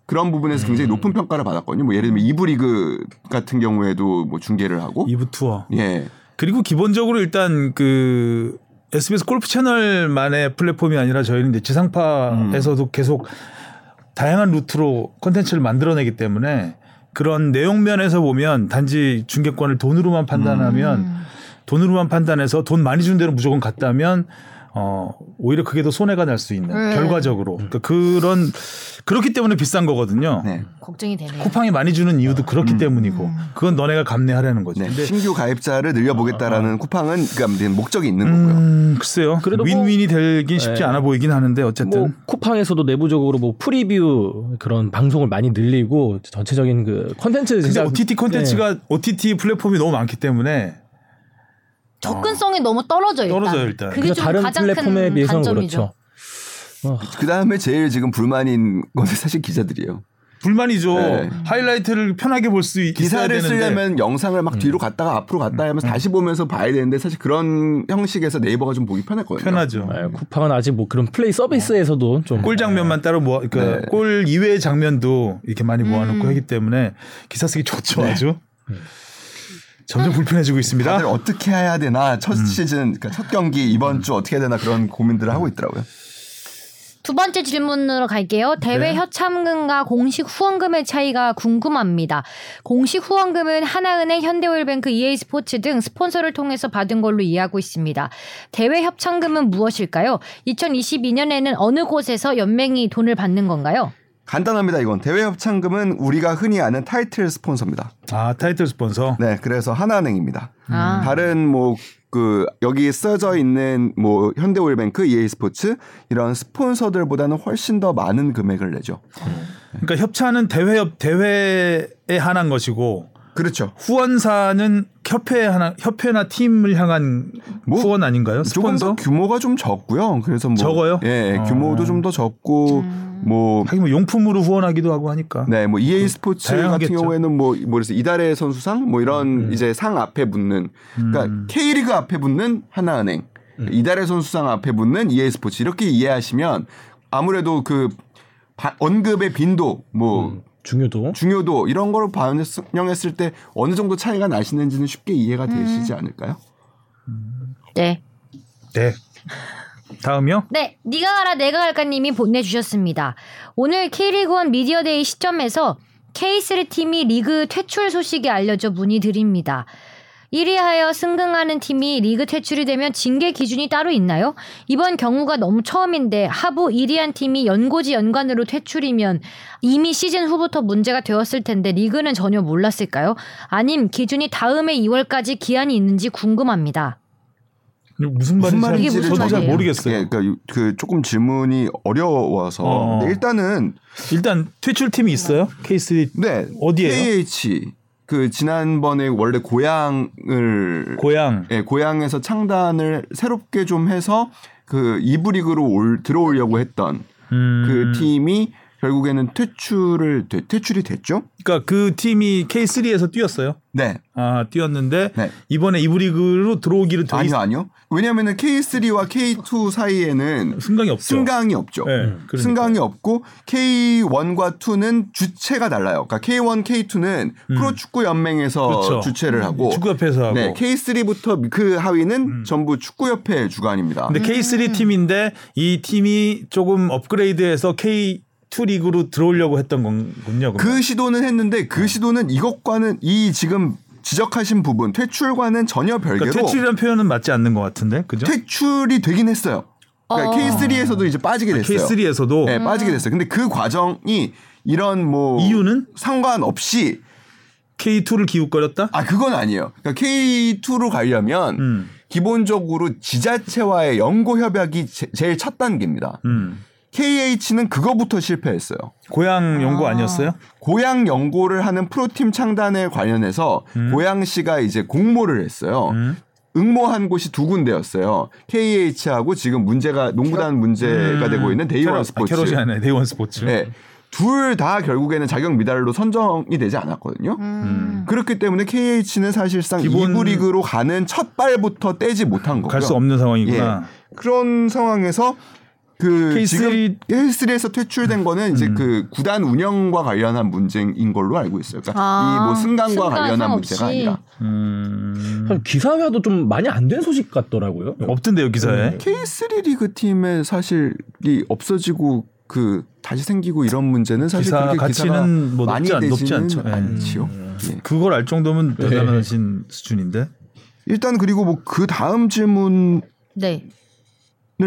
Speaker 4: 그런 부분에서 굉장히
Speaker 2: 음.
Speaker 4: 높은 평가를 받았거든요. 뭐 예를 들면 이부 리그 같은 경우에도 뭐 중계를 하고
Speaker 2: 이부 투어.
Speaker 4: 예.
Speaker 2: 그리고 기본적으로 일단 그 SBS 골프 채널만의 플랫폼이 아니라 저희는 이제
Speaker 4: 음.
Speaker 2: 지상파에서도 계속 다양한 루트로 콘텐츠를 만들어내기 때문에 그런 내용 면에서 보면 단지 중계권을 돈으로만 판단하면
Speaker 4: 음.
Speaker 2: 돈으로만 판단해서 돈 많이 준 대로 무조건 갔다면 어 오히려 그게 더 손해가 날 수 있는
Speaker 4: 네.
Speaker 1: 음.
Speaker 2: 결과적으로 그러니까 그런 그렇기 때문에 비싼 거거든요.
Speaker 4: 네. 음.
Speaker 1: 걱정이 되네요.
Speaker 2: 쿠팡이 많이 주는 이유도 그렇기 때문이고 그건 너네가 감내하라는 거죠.
Speaker 4: 네.
Speaker 2: 근데 아,
Speaker 4: 신규 가입자를 늘려보겠다라는 쿠팡은 그러니까 목적이 있는 거고요.
Speaker 2: 음, 글쎄요.
Speaker 3: 그래도 뭐-
Speaker 2: 윈윈이 되긴 쉽지
Speaker 3: 네.
Speaker 2: 않아 보이긴 하는데 어쨌든
Speaker 3: 뭐 쿠팡에서도 내부적으로 뭐 프리뷰 그런 방송을 많이 늘리고 전체적인 그 컨텐츠 네.
Speaker 2: 근데
Speaker 3: 제작-
Speaker 2: OTT
Speaker 4: 네.
Speaker 2: 콘텐츠가 OTT 플랫폼이 너무 많기 때문에
Speaker 1: 접근성이 너무 떨어져 일단.
Speaker 2: 떨어져요, 일단.
Speaker 1: 그게
Speaker 3: 그러니까
Speaker 1: 좀
Speaker 3: 다른
Speaker 1: 가장
Speaker 3: 플랫폼에
Speaker 1: 큰
Speaker 3: 비해서는
Speaker 1: 단점이죠.
Speaker 3: 그렇죠.
Speaker 4: 그 다음에 제일 지금 불만인 건 사실 기자들이에요.
Speaker 2: 불만이죠.
Speaker 4: 네.
Speaker 2: 하이라이트를 편하게 볼 수 있어야
Speaker 4: 기사를
Speaker 2: 되는데. 음.
Speaker 4: 쓰려면 영상을 막 뒤로 갔다가 앞으로 갔다 하면서 다시 보면서 봐야 되는데 사실 그런 형식에서 네이버가 좀 보기 편했거든요.
Speaker 2: 편하죠.
Speaker 3: 네, 쿠팡은 아직 뭐 그런 플레이 서비스에서도 좀
Speaker 2: 골 장면만 따로 모아, 그러니까
Speaker 4: 네.
Speaker 2: 골 이외의 장면도 이렇게 많이 모아놓고
Speaker 1: 음.
Speaker 2: 하기 때문에 기사 쓰기 좋죠 아주. 점점 불편해지고 있습니다.
Speaker 4: 네. 다들 어떻게 해야 되나 첫
Speaker 2: 음.
Speaker 4: 시즌 그러니까 첫 경기 이번 주 어떻게 해야 되나 그런 고민들을 하고 있더라고요.
Speaker 1: 두 번째 질문으로 갈게요. 대회
Speaker 2: 네.
Speaker 1: 협찬금과 공식 후원금의 차이가 궁금합니다. 공식 후원금은 하나은행, 현대오일뱅크, EA스포츠 등 스폰서를 통해서 받은 걸로 이해하고 있습니다. 대회 협찬금은 무엇일까요? 2022년에는 어느 곳에서 연맹이 돈을 받는 건가요?
Speaker 4: 간단합니다 이건 대회 협찬금은 우리가 흔히 아는 타이틀 스폰서입니다.
Speaker 2: 아 타이틀 스폰서.
Speaker 4: 네, 그래서 하나은행입니다.
Speaker 1: 아.
Speaker 4: 다른 뭐 그 여기 써져 있는 뭐 현대오일뱅크, EA스포츠 이런 스폰서들보다는 훨씬 더 많은 금액을 내죠. 네.
Speaker 2: 그러니까 협찬은 대회 협 대회에 한한 것이고
Speaker 4: 그렇죠.
Speaker 2: 후원사는 협회 하나 협회나 팀을 향한
Speaker 4: 뭐,
Speaker 2: 후원 아닌가요?
Speaker 4: 조금
Speaker 2: 스폰서?
Speaker 4: 더 규모가 좀 적고요. 그래서 뭐
Speaker 2: 적어요?
Speaker 4: 예, 예,
Speaker 2: 어.
Speaker 4: 규모도 좀 더 적고 뭐
Speaker 2: 하긴 뭐 용품으로 후원하기도 하고 하니까.
Speaker 4: 네, 뭐 EA 스포츠
Speaker 2: 그 다양하겠죠. 음.
Speaker 4: 같은 경우에는 뭐, 뭐 그래서 이달의 선수상 뭐 이런 이제 상 앞에 붙는 그러니까 K리그 앞에 붙는 하나은행,
Speaker 2: 음.
Speaker 4: 이달의 선수상 앞에 붙는 EA 스포츠 이렇게 이해하시면 아무래도 그 바- 언급의 빈도 뭐
Speaker 2: 음.
Speaker 3: 중요도
Speaker 4: 중요도 이런 거로 반영했을 때 어느 정도 차이가 나시는지는 쉽게
Speaker 2: 음.
Speaker 4: 이해가 되시지 않을까요?
Speaker 1: 네.
Speaker 2: 네. 다음이요.
Speaker 1: 네, 니가 가라 내가 갈까님이 보내주셨습니다. 오늘 K리그1 미디어데이 시점에서 K3 팀이 리그 퇴출 소식이 알려져 문의드립니다. 이리하여 승강하는 팀이 리그 퇴출이 되면 징계 기준이 따로 있나요? 이번 경우가 너무 처음인데 하부 1위한 팀이 연고지 연관으로 퇴출이면 이미 시즌 후부터 문제가 되었을 텐데 리그는 전혀 몰랐을까요? 아님 기준이 다음해 2월까지 기한이 있는지 궁금합니다.
Speaker 2: 이거 무슨 말인지,
Speaker 1: 말인지를
Speaker 2: 저도
Speaker 1: 저도
Speaker 2: 잘
Speaker 1: 이해해요.
Speaker 2: 모르겠어요.
Speaker 4: 예, 그러니까 그 조금 질문이 어려워서
Speaker 2: 어.
Speaker 4: 근데 일단은
Speaker 2: 일단 퇴출 팀이 있어요? K3
Speaker 4: 네.
Speaker 2: 어디예요?
Speaker 4: KH. 그 지난번에 원래 고향을
Speaker 2: 고향.
Speaker 4: 예, 고향에서 창단을 새롭게 좀 해서 그 2부 리그로 올, 들어오려고 했던
Speaker 2: 음,
Speaker 4: 그 팀이 결국에는 퇴출을 되- 퇴출이 됐죠?
Speaker 2: 그러니까 그 팀이 K3에서 뛰었어요.
Speaker 4: 네.
Speaker 2: 아 뛰었는데
Speaker 4: 네.
Speaker 2: 이번에 이부 리그로 들어오기로 돼
Speaker 4: 아니요,
Speaker 2: 있...
Speaker 4: 아니요. 왜냐면은 K3와 K2 사이에는
Speaker 2: 승강이 없죠.
Speaker 4: 그렇죠. 승강이 없죠. 음.
Speaker 2: 네, 그러니까.
Speaker 4: 승강이 없고 K1과 2는 주체가 달라요. 그러니까 K1, K2는 프로축구 연맹에서
Speaker 2: 음. 그렇죠.
Speaker 4: 주최를 하고
Speaker 2: 축구협회에서 하고. 음.
Speaker 4: 네, K3부터 그 하위는 전부 축구협회 주관입니다.
Speaker 2: 근데 K3 팀인데 이 팀이 조금 업그레이드해서 K2 리그로 들어오려고 했던 건군요. 그러면.
Speaker 4: 그 시도는 했는데
Speaker 2: 네.
Speaker 4: 그 시도는 이것과는 이 지금 지적하신 부분 퇴출과는 전혀 별개로
Speaker 2: 그러니까 퇴출이라는 표현은 맞지 않는 것 같은데, 그죠?
Speaker 4: 퇴출이 되긴 했어요. 그러니까
Speaker 1: 어.
Speaker 4: K3에서도 이제 빠지게 됐어요.
Speaker 2: 아, K3에서도
Speaker 4: 네, 빠지게 됐어요. 근데 그 과정이 이런 뭐
Speaker 2: 이유는
Speaker 4: 상관없이
Speaker 2: K2를 기웃거렸다.
Speaker 4: 아 그건 아니에요. 그러니까 K2로 가려면
Speaker 2: 음.
Speaker 4: 기본적으로 지자체와의 연고 협약이 제, 일첫 단계입니다.
Speaker 2: 음.
Speaker 4: KH는 그거부터 실패했어요.
Speaker 2: 고향 연구 아니었어요?
Speaker 4: 고향 연고를 하는 프로팀 창단에 관련해서
Speaker 2: 음.
Speaker 4: 고양시가 이제 공모를 했어요. 응모한 곳이 두 군데였어요. KH하고 지금 문제가 농구단 문제가 되고 있는 데이원 스포츠.
Speaker 2: 음. 캐롯이 아니라 데이원 스포츠.
Speaker 4: 네. 둘 다 결국에는 자격 미달로 선정이 되지 않았거든요.
Speaker 1: 음.
Speaker 4: 그렇기 때문에 KH는 사실상
Speaker 2: 기본-
Speaker 4: 이부 리그로 가는 첫 발부터 떼지 못한 거고요.
Speaker 2: 갈 수 없는 상황이구나.
Speaker 4: 예. 그런 상황에서 그
Speaker 2: K3
Speaker 4: 지금 K3에서 퇴출된 거는 이제 그 구단 운영과 관련한 문제인 걸로 알고 있어요. 그러니까
Speaker 1: 아,
Speaker 4: 이 뭐 승강과
Speaker 1: 승강
Speaker 4: 관련한
Speaker 1: 상관없이.
Speaker 4: 문제가 아니라
Speaker 2: 음.
Speaker 3: 사실 기사화도 좀 많이 안 된 소식 같더라고요.
Speaker 4: 예.
Speaker 2: 없던데요 기사에.
Speaker 3: 음.
Speaker 4: 네. K3 리그 팀의 사실이 없어지고 그 다시 생기고 이런 문제는 사실
Speaker 2: 기사
Speaker 4: 그렇게
Speaker 2: 가치는
Speaker 4: 기사가
Speaker 2: 뭐
Speaker 4: 많이
Speaker 2: 높지 않- 높지
Speaker 4: 되지는
Speaker 2: 않죠. 예.
Speaker 4: 않지요. 예.
Speaker 2: 그걸 알 정도면
Speaker 3: 네.
Speaker 2: 대단하신 수준인데.
Speaker 4: 일단 그리고 뭐 그 다음 질문을
Speaker 1: 네.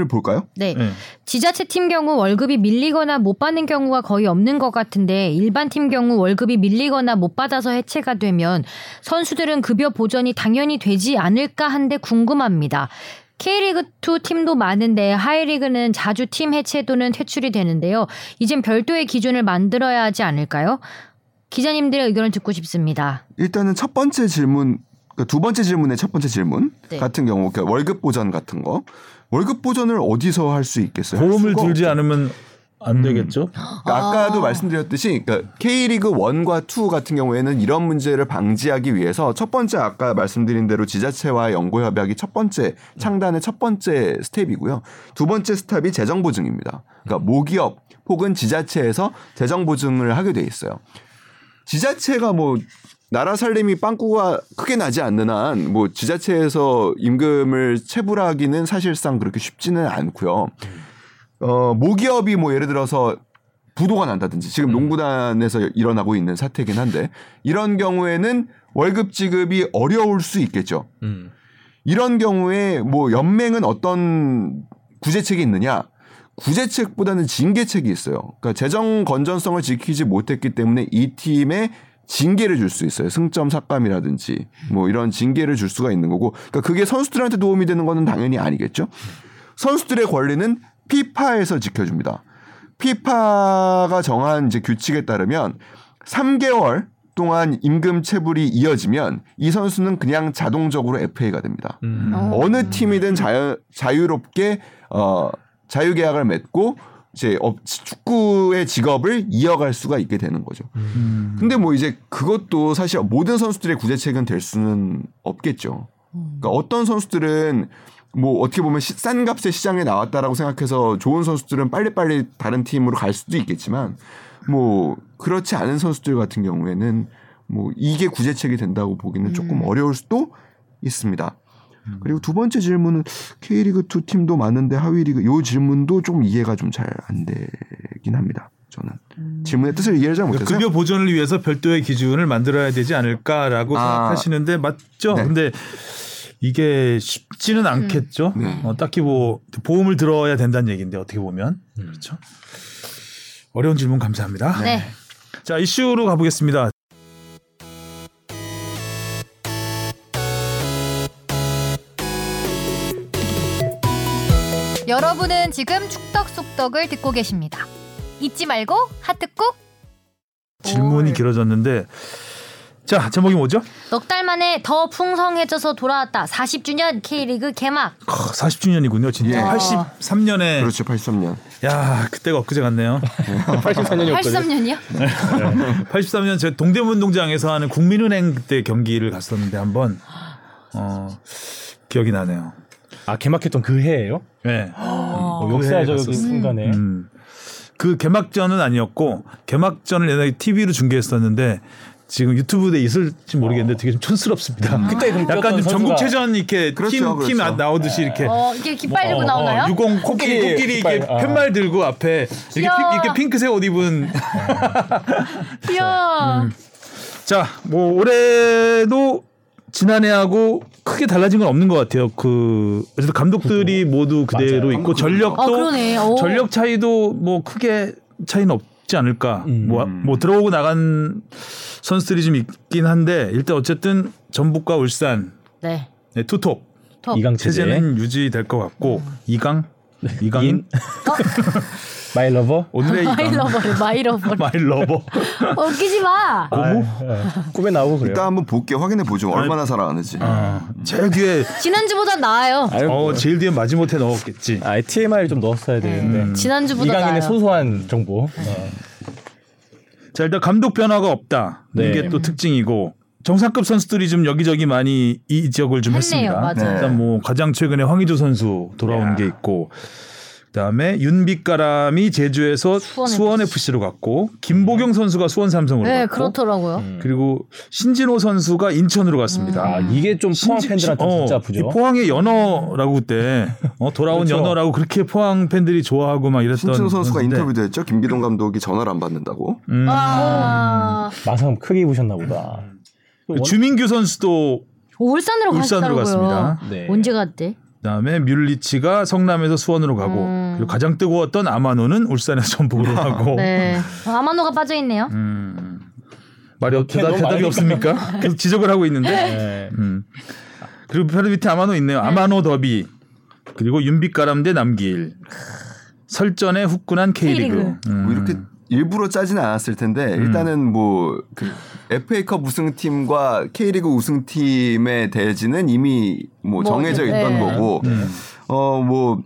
Speaker 4: 볼까요?
Speaker 1: 네.
Speaker 2: 예.
Speaker 1: 지자체 팀 경우 월급이 밀리거나 못 받는 경우가 거의 없는 것 같은데 일반 팀 경우 월급이 밀리거나 못 받아서 해체가 되면 선수들은 급여 보전이 당연히 되지 않을까 한데 궁금합니다. K리그2 팀도 많은데 하이리그는 자주 팀 해체 또는 퇴출이 되는데요. 이젠 별도의 기준을 만들어야 하지 않을까요? 기자님들의 의견을 듣고 싶습니다.
Speaker 4: 일단은 첫 번째 질문 그러니까 두 번째 질문의 첫 번째 질문
Speaker 1: 네.
Speaker 4: 같은 경우 그러니까 월급 보전 같은 거 월급 보전을 어디서 할 수 있겠어요? 할
Speaker 2: 보험을
Speaker 4: 수가
Speaker 2: 들지 않으면
Speaker 3: 음.
Speaker 2: 안 되겠죠.
Speaker 4: 그러니까 아까도 말씀드렸듯이 그러니까 K리그 1과 2 같은 경우에는 이런 문제를 방지하기 위해서 첫 번째 아까 말씀드린 대로 지자체와 연구 협약이 첫 번째 창단의 첫 번째 스텝이고요. 두 번째 스텝이 재정 보증입니다. 그러니까 모기업 혹은 지자체에서 재정 보증을 하게 돼 있어요. 지자체가 뭐 나라 살림이 빵꾸가 크게 나지 않는 한 뭐 지자체에서 임금을 체불하기는 사실상 그렇게 쉽지는 않고요. 어, 모기업이 뭐 예를 들어서 부도가 난다든지 지금 농구단에서 일어나고 있는 사태긴 한데 이런 경우에는 월급 지급이 어려울 수 있겠죠.
Speaker 3: 음.
Speaker 4: 이런 경우에 뭐 연맹은 어떤 구제책이 있느냐? 구제책보다는 징계책이 있어요. 그러니까 재정 건전성을 지키지 못했기 때문에 이 팀에 징계를 줄 수 있어요. 승점 삭감이라든지 뭐 이런 징계를 줄 수가 있는 거고. 그러니까 그게 선수들한테 도움이 되는 거는 당연히 아니겠죠. 선수들의 권리는 피파에서 지켜줍니다. 피파가 정한 이제 규칙에 따르면 3개월 동안 임금 체불이 이어지면 이 선수는 그냥 자동적으로 FA가 됩니다.
Speaker 3: 음.
Speaker 4: 어느 팀이든 자유, 자유롭게 어, 자유 계약을 맺고 이제 업- 축구의 직업을 이어갈 수가 있게 되는 거죠.
Speaker 2: 음.
Speaker 4: 근데 뭐 이제 그것도 사실 모든 선수들의 구제책은 될 수는 없겠죠. 그러니까 어떤 선수들은 뭐 어떻게 보면 시- 싼 값에 시장에 나왔다라고 생각해서 좋은 선수들은 빨리빨리 다른 팀으로 갈 수도 있겠지만 뭐 그렇지 않은 선수들 같은 경우에는 뭐 이게 구제책이 된다고 보기는
Speaker 2: 음.
Speaker 4: 조금 어려울 수도 있습니다. 그리고 두 번째 질문은 K리그 2 팀도 많은데 하위 리그 요 질문도 좀 이해가 좀 잘 안 되긴 합니다. 저는 질문의 뜻을 이해를 잘
Speaker 2: 음. 그러니까
Speaker 4: 못해서
Speaker 2: 급여 보전을 위해서 별도의 기준을 만들어야 되지 않을까라고
Speaker 4: 아.
Speaker 2: 생각하시는데 맞죠?
Speaker 4: 네.
Speaker 2: 근데 이게
Speaker 1: 음.
Speaker 2: 쉽지는 않겠죠.
Speaker 4: 네.
Speaker 2: 어, 딱히 뭐 보험을 들어야 된다는 얘기인데 어떻게 보면
Speaker 4: 음.
Speaker 2: 그렇죠. 어려운 질문 감사합니다.
Speaker 1: 네.
Speaker 2: 자 이슈로 가보겠습니다.
Speaker 5: 여러분은 지금 축덕 속덕을 듣고 계십니다. 잊지 말고 하트 꾹.
Speaker 2: 질문이 길어졌는데 자 제목이 뭐죠?
Speaker 1: 넉 달 만에 더 풍성해져서 돌아왔다. 40주년 K리그 개막.
Speaker 2: 40주년이군요. 진짜
Speaker 4: 예.
Speaker 2: 83년에
Speaker 4: 그렇죠. 83년.
Speaker 2: 야 그때가 엊그제 같네요.
Speaker 3: 84년이었거든요.
Speaker 1: 83년이요?
Speaker 2: 83년 제 동대문운동장에서 하는 국민은행 그때 경기를 갔었는데 한번 어, 기억이 나네요.
Speaker 3: 아 개막했던 그 해예요?
Speaker 2: 네.
Speaker 3: 어,
Speaker 2: 그
Speaker 3: 역사적인 네.
Speaker 2: 해에
Speaker 1: 네.
Speaker 3: 순간에.
Speaker 2: 음. 그 개막전은 아니었고 개막전을 옛날에 TV로 중계했었는데 지금 유튜브에 있을지 모르겠는데 되게 좀 촌스럽습니다.
Speaker 3: 음. 그때 그럼
Speaker 2: 약간
Speaker 3: 뛰었던
Speaker 2: 좀
Speaker 3: 선수가-
Speaker 2: 전국체전 이렇게 팀
Speaker 4: 그렇죠,
Speaker 2: 팀
Speaker 4: 그렇죠.
Speaker 2: 아- 나오듯이 이렇게
Speaker 1: 어, 이게 깃발 들고 나오나요?
Speaker 2: 어, 유공 코끼리
Speaker 3: 코끼리,
Speaker 2: 코끼리 이렇게
Speaker 3: 깃발, 아.
Speaker 2: 팻말 들고 앞에 이렇게,
Speaker 1: 귀여워.
Speaker 2: 핑, 이렇게 핑크색 옷 입은
Speaker 1: 귀여워.
Speaker 2: 자, 뭐 올해도 지난해하고 크게 달라진 건 없는 것 같아요. 그 어쨌든 감독들이 모두 그대로 있고 전력도
Speaker 1: 아, 그러네. 오.
Speaker 2: 전력 차이도 뭐 크게 차이는 없지 않을까. 뭐, 뭐 들어오고 나간 선수들이 좀 있긴 한데 일단 어쨌든 전북과 울산
Speaker 1: 네.
Speaker 2: 네, 투톱
Speaker 1: 톡.
Speaker 3: 음. 이강 체제,
Speaker 2: 체제는 유지될 것 같고
Speaker 1: 음.
Speaker 2: 이강 이강인
Speaker 3: 인, 마일러버,
Speaker 2: 오늘의 이강
Speaker 1: 마이러버를 마이러버를
Speaker 2: 마이 러버
Speaker 1: 웃기지 마.
Speaker 2: 고무
Speaker 3: 어, 꿈에 나오고 그래요.
Speaker 4: 일단 한번 볼게 확인해 보죠. 얼마나 살아가는지.
Speaker 2: 아, 제일 뒤에
Speaker 1: 지난주보단 나아요.
Speaker 3: 아유,
Speaker 2: 어 제일 뒤에 마지못해 넣었겠지.
Speaker 3: 아, TMI를 좀 넣었어야 되는데
Speaker 1: 네. 음. 지난주보다 나아요.
Speaker 3: 네,
Speaker 1: 네.
Speaker 3: 이강인의 소소한 정보. 어.
Speaker 2: 자 일단 감독 변화가 없다.
Speaker 3: 네.
Speaker 2: 이게 또 특징이고 정상급 선수들이 좀 여기저기 많이 이 지역을 좀
Speaker 1: 했네요.
Speaker 2: 했습니다.
Speaker 1: 맞아요.
Speaker 2: 일단 뭐 가장 최근에 황의조 선수 돌아온 게 있고 그다음에 윤빛가람이 제주에서
Speaker 1: 수원
Speaker 2: 수원, FC로 갔고 김보경 선수가 수원 삼성으로
Speaker 1: 네,
Speaker 2: 갔고 음.
Speaker 1: 그렇더라고요.
Speaker 2: 그리고 신진호 선수가 인천으로
Speaker 1: 음.
Speaker 2: 갔습니다.
Speaker 3: 아, 이게 좀 포항
Speaker 2: 신지-
Speaker 3: 팬들한테
Speaker 2: 어,
Speaker 3: 진짜
Speaker 2: 이
Speaker 3: 아프죠.
Speaker 2: 포항의 연어라고 그때 어, 돌아온
Speaker 3: 그렇죠.
Speaker 2: 연어라고 그렇게 포항 팬들이 좋아하고 막 이랬던
Speaker 4: 신진호 선수가
Speaker 2: 선수인데
Speaker 4: 인터뷰도 했죠. 김기동 감독이 전화를 안 받는다고. 뭐
Speaker 2: 음.
Speaker 1: 아,
Speaker 3: 마상 크게 입으셨나 보다.
Speaker 2: 음. 주민규 선수도
Speaker 1: 울산으로
Speaker 2: 울산으로
Speaker 1: 갔더라고요.
Speaker 2: 갔습니다.
Speaker 3: 네.
Speaker 1: 언제 갔대?
Speaker 2: 그다음에 뮬리치가 성남에서 수원으로 가고
Speaker 1: 음.
Speaker 2: 그리고 가장 뜨거웠던 아마노는 울산에서 전북으로 가고
Speaker 1: 네. 아마노가 빠져 있네요.
Speaker 2: 어? 음. 말이 없 대답,
Speaker 3: 너무
Speaker 2: 대답이
Speaker 3: 많으니까.
Speaker 2: 없습니까? 계속 지적을 하고 있는데
Speaker 3: 네.
Speaker 2: 음. 그리고 바로 밑에 아마노 있네요. 아마노 더비 그리고 윤빛가람 대 남길 설전에 후끈한 K리그.
Speaker 1: K리그.
Speaker 2: 음.
Speaker 4: 뭐 이렇게 일부러 짜지는 않았을 텐데 일단은 뭐그 FA컵 우승팀과 K리그 우승팀의 대지는 이미 뭐
Speaker 1: 뭐,
Speaker 4: 정해져 있던
Speaker 1: 네.
Speaker 4: 거고 어 뭐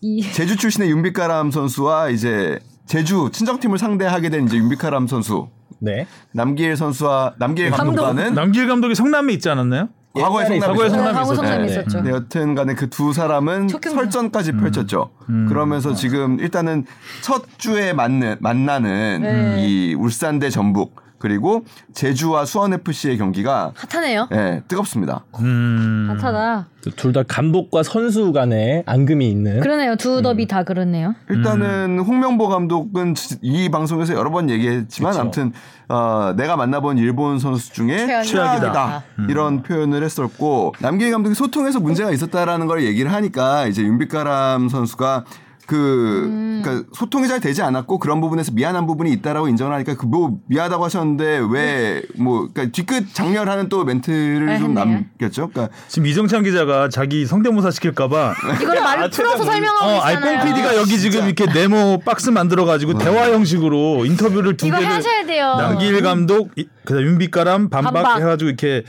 Speaker 1: 이-
Speaker 4: 제주 출신의 윤빛가람 선수와 이제 제주 친정팀을 상대하게 된 이제 윤빛가람 선수
Speaker 3: 네.
Speaker 4: 남기일 선수와 남기일
Speaker 1: 감독.
Speaker 4: 감독과는
Speaker 2: 남길 감독이 성남에 있지 않았나요?
Speaker 4: 과거의
Speaker 3: 옛날에
Speaker 4: 성남
Speaker 2: 과거의
Speaker 1: 네,
Speaker 2: 성남이
Speaker 1: 하고
Speaker 2: 있었죠.
Speaker 1: 성남이
Speaker 3: 네.
Speaker 1: 있었죠.
Speaker 4: 네, 여튼 간에 그 두 사람은
Speaker 1: 촉경이야.
Speaker 4: 설전까지 펼쳤죠. 그러면서 지금 일단은 첫 주에 만나, 만나는
Speaker 1: 네.
Speaker 4: 이 울산 대 전북 그리고 제주와 수원 FC의 경기가
Speaker 1: 핫하네요.
Speaker 4: 예, 뜨겁습니다.
Speaker 2: 음.
Speaker 1: 핫하다.
Speaker 3: 둘 다 감독과 선수 간의 앙금이 있는
Speaker 1: 그러네요. 두 더비 다 그렇네요.
Speaker 4: 일단은 홍명보 감독은 지- 이 방송에서 여러 번 얘기했지만
Speaker 3: 그쵸.
Speaker 4: 아무튼 어, 내가 만나본 일본 선수 중에
Speaker 1: 최악이다.
Speaker 4: 최악이다, 음. 이런 표현을 했었고 남길 감독이 소통에서 문제가 있었다라는 걸 얘기를 하니까 이제 윤빛가람 선수가 그
Speaker 1: 음.
Speaker 4: 그러니까 소통이 잘 되지 않았고 그런 부분에서 미안한 부분이 있다라고 인정을 하니까 그 뭐 미안하다고 하셨는데 왜 뭐 그러니까 뒤끝 장렬하는 또 멘트를 좀
Speaker 1: 네. 했네요.
Speaker 4: 남겼죠. 그러니까
Speaker 2: 지금 이정찬 기자가 자기 성대모사 시킬까봐
Speaker 1: 이걸 말로 풀어서 설명하고
Speaker 2: 어, 아이
Speaker 1: 있잖아요.
Speaker 2: 뽕 PD가 여기 지금 이렇게 네모 박스 만들어 가지고 대화 형식으로 인터뷰를 두
Speaker 1: 이거
Speaker 2: 개를
Speaker 1: 하셔야 돼요. 음.
Speaker 2: 남길 감독 이- 그다음 윤빛가람 반박,
Speaker 1: 반박.
Speaker 2: 해가지고 이렇게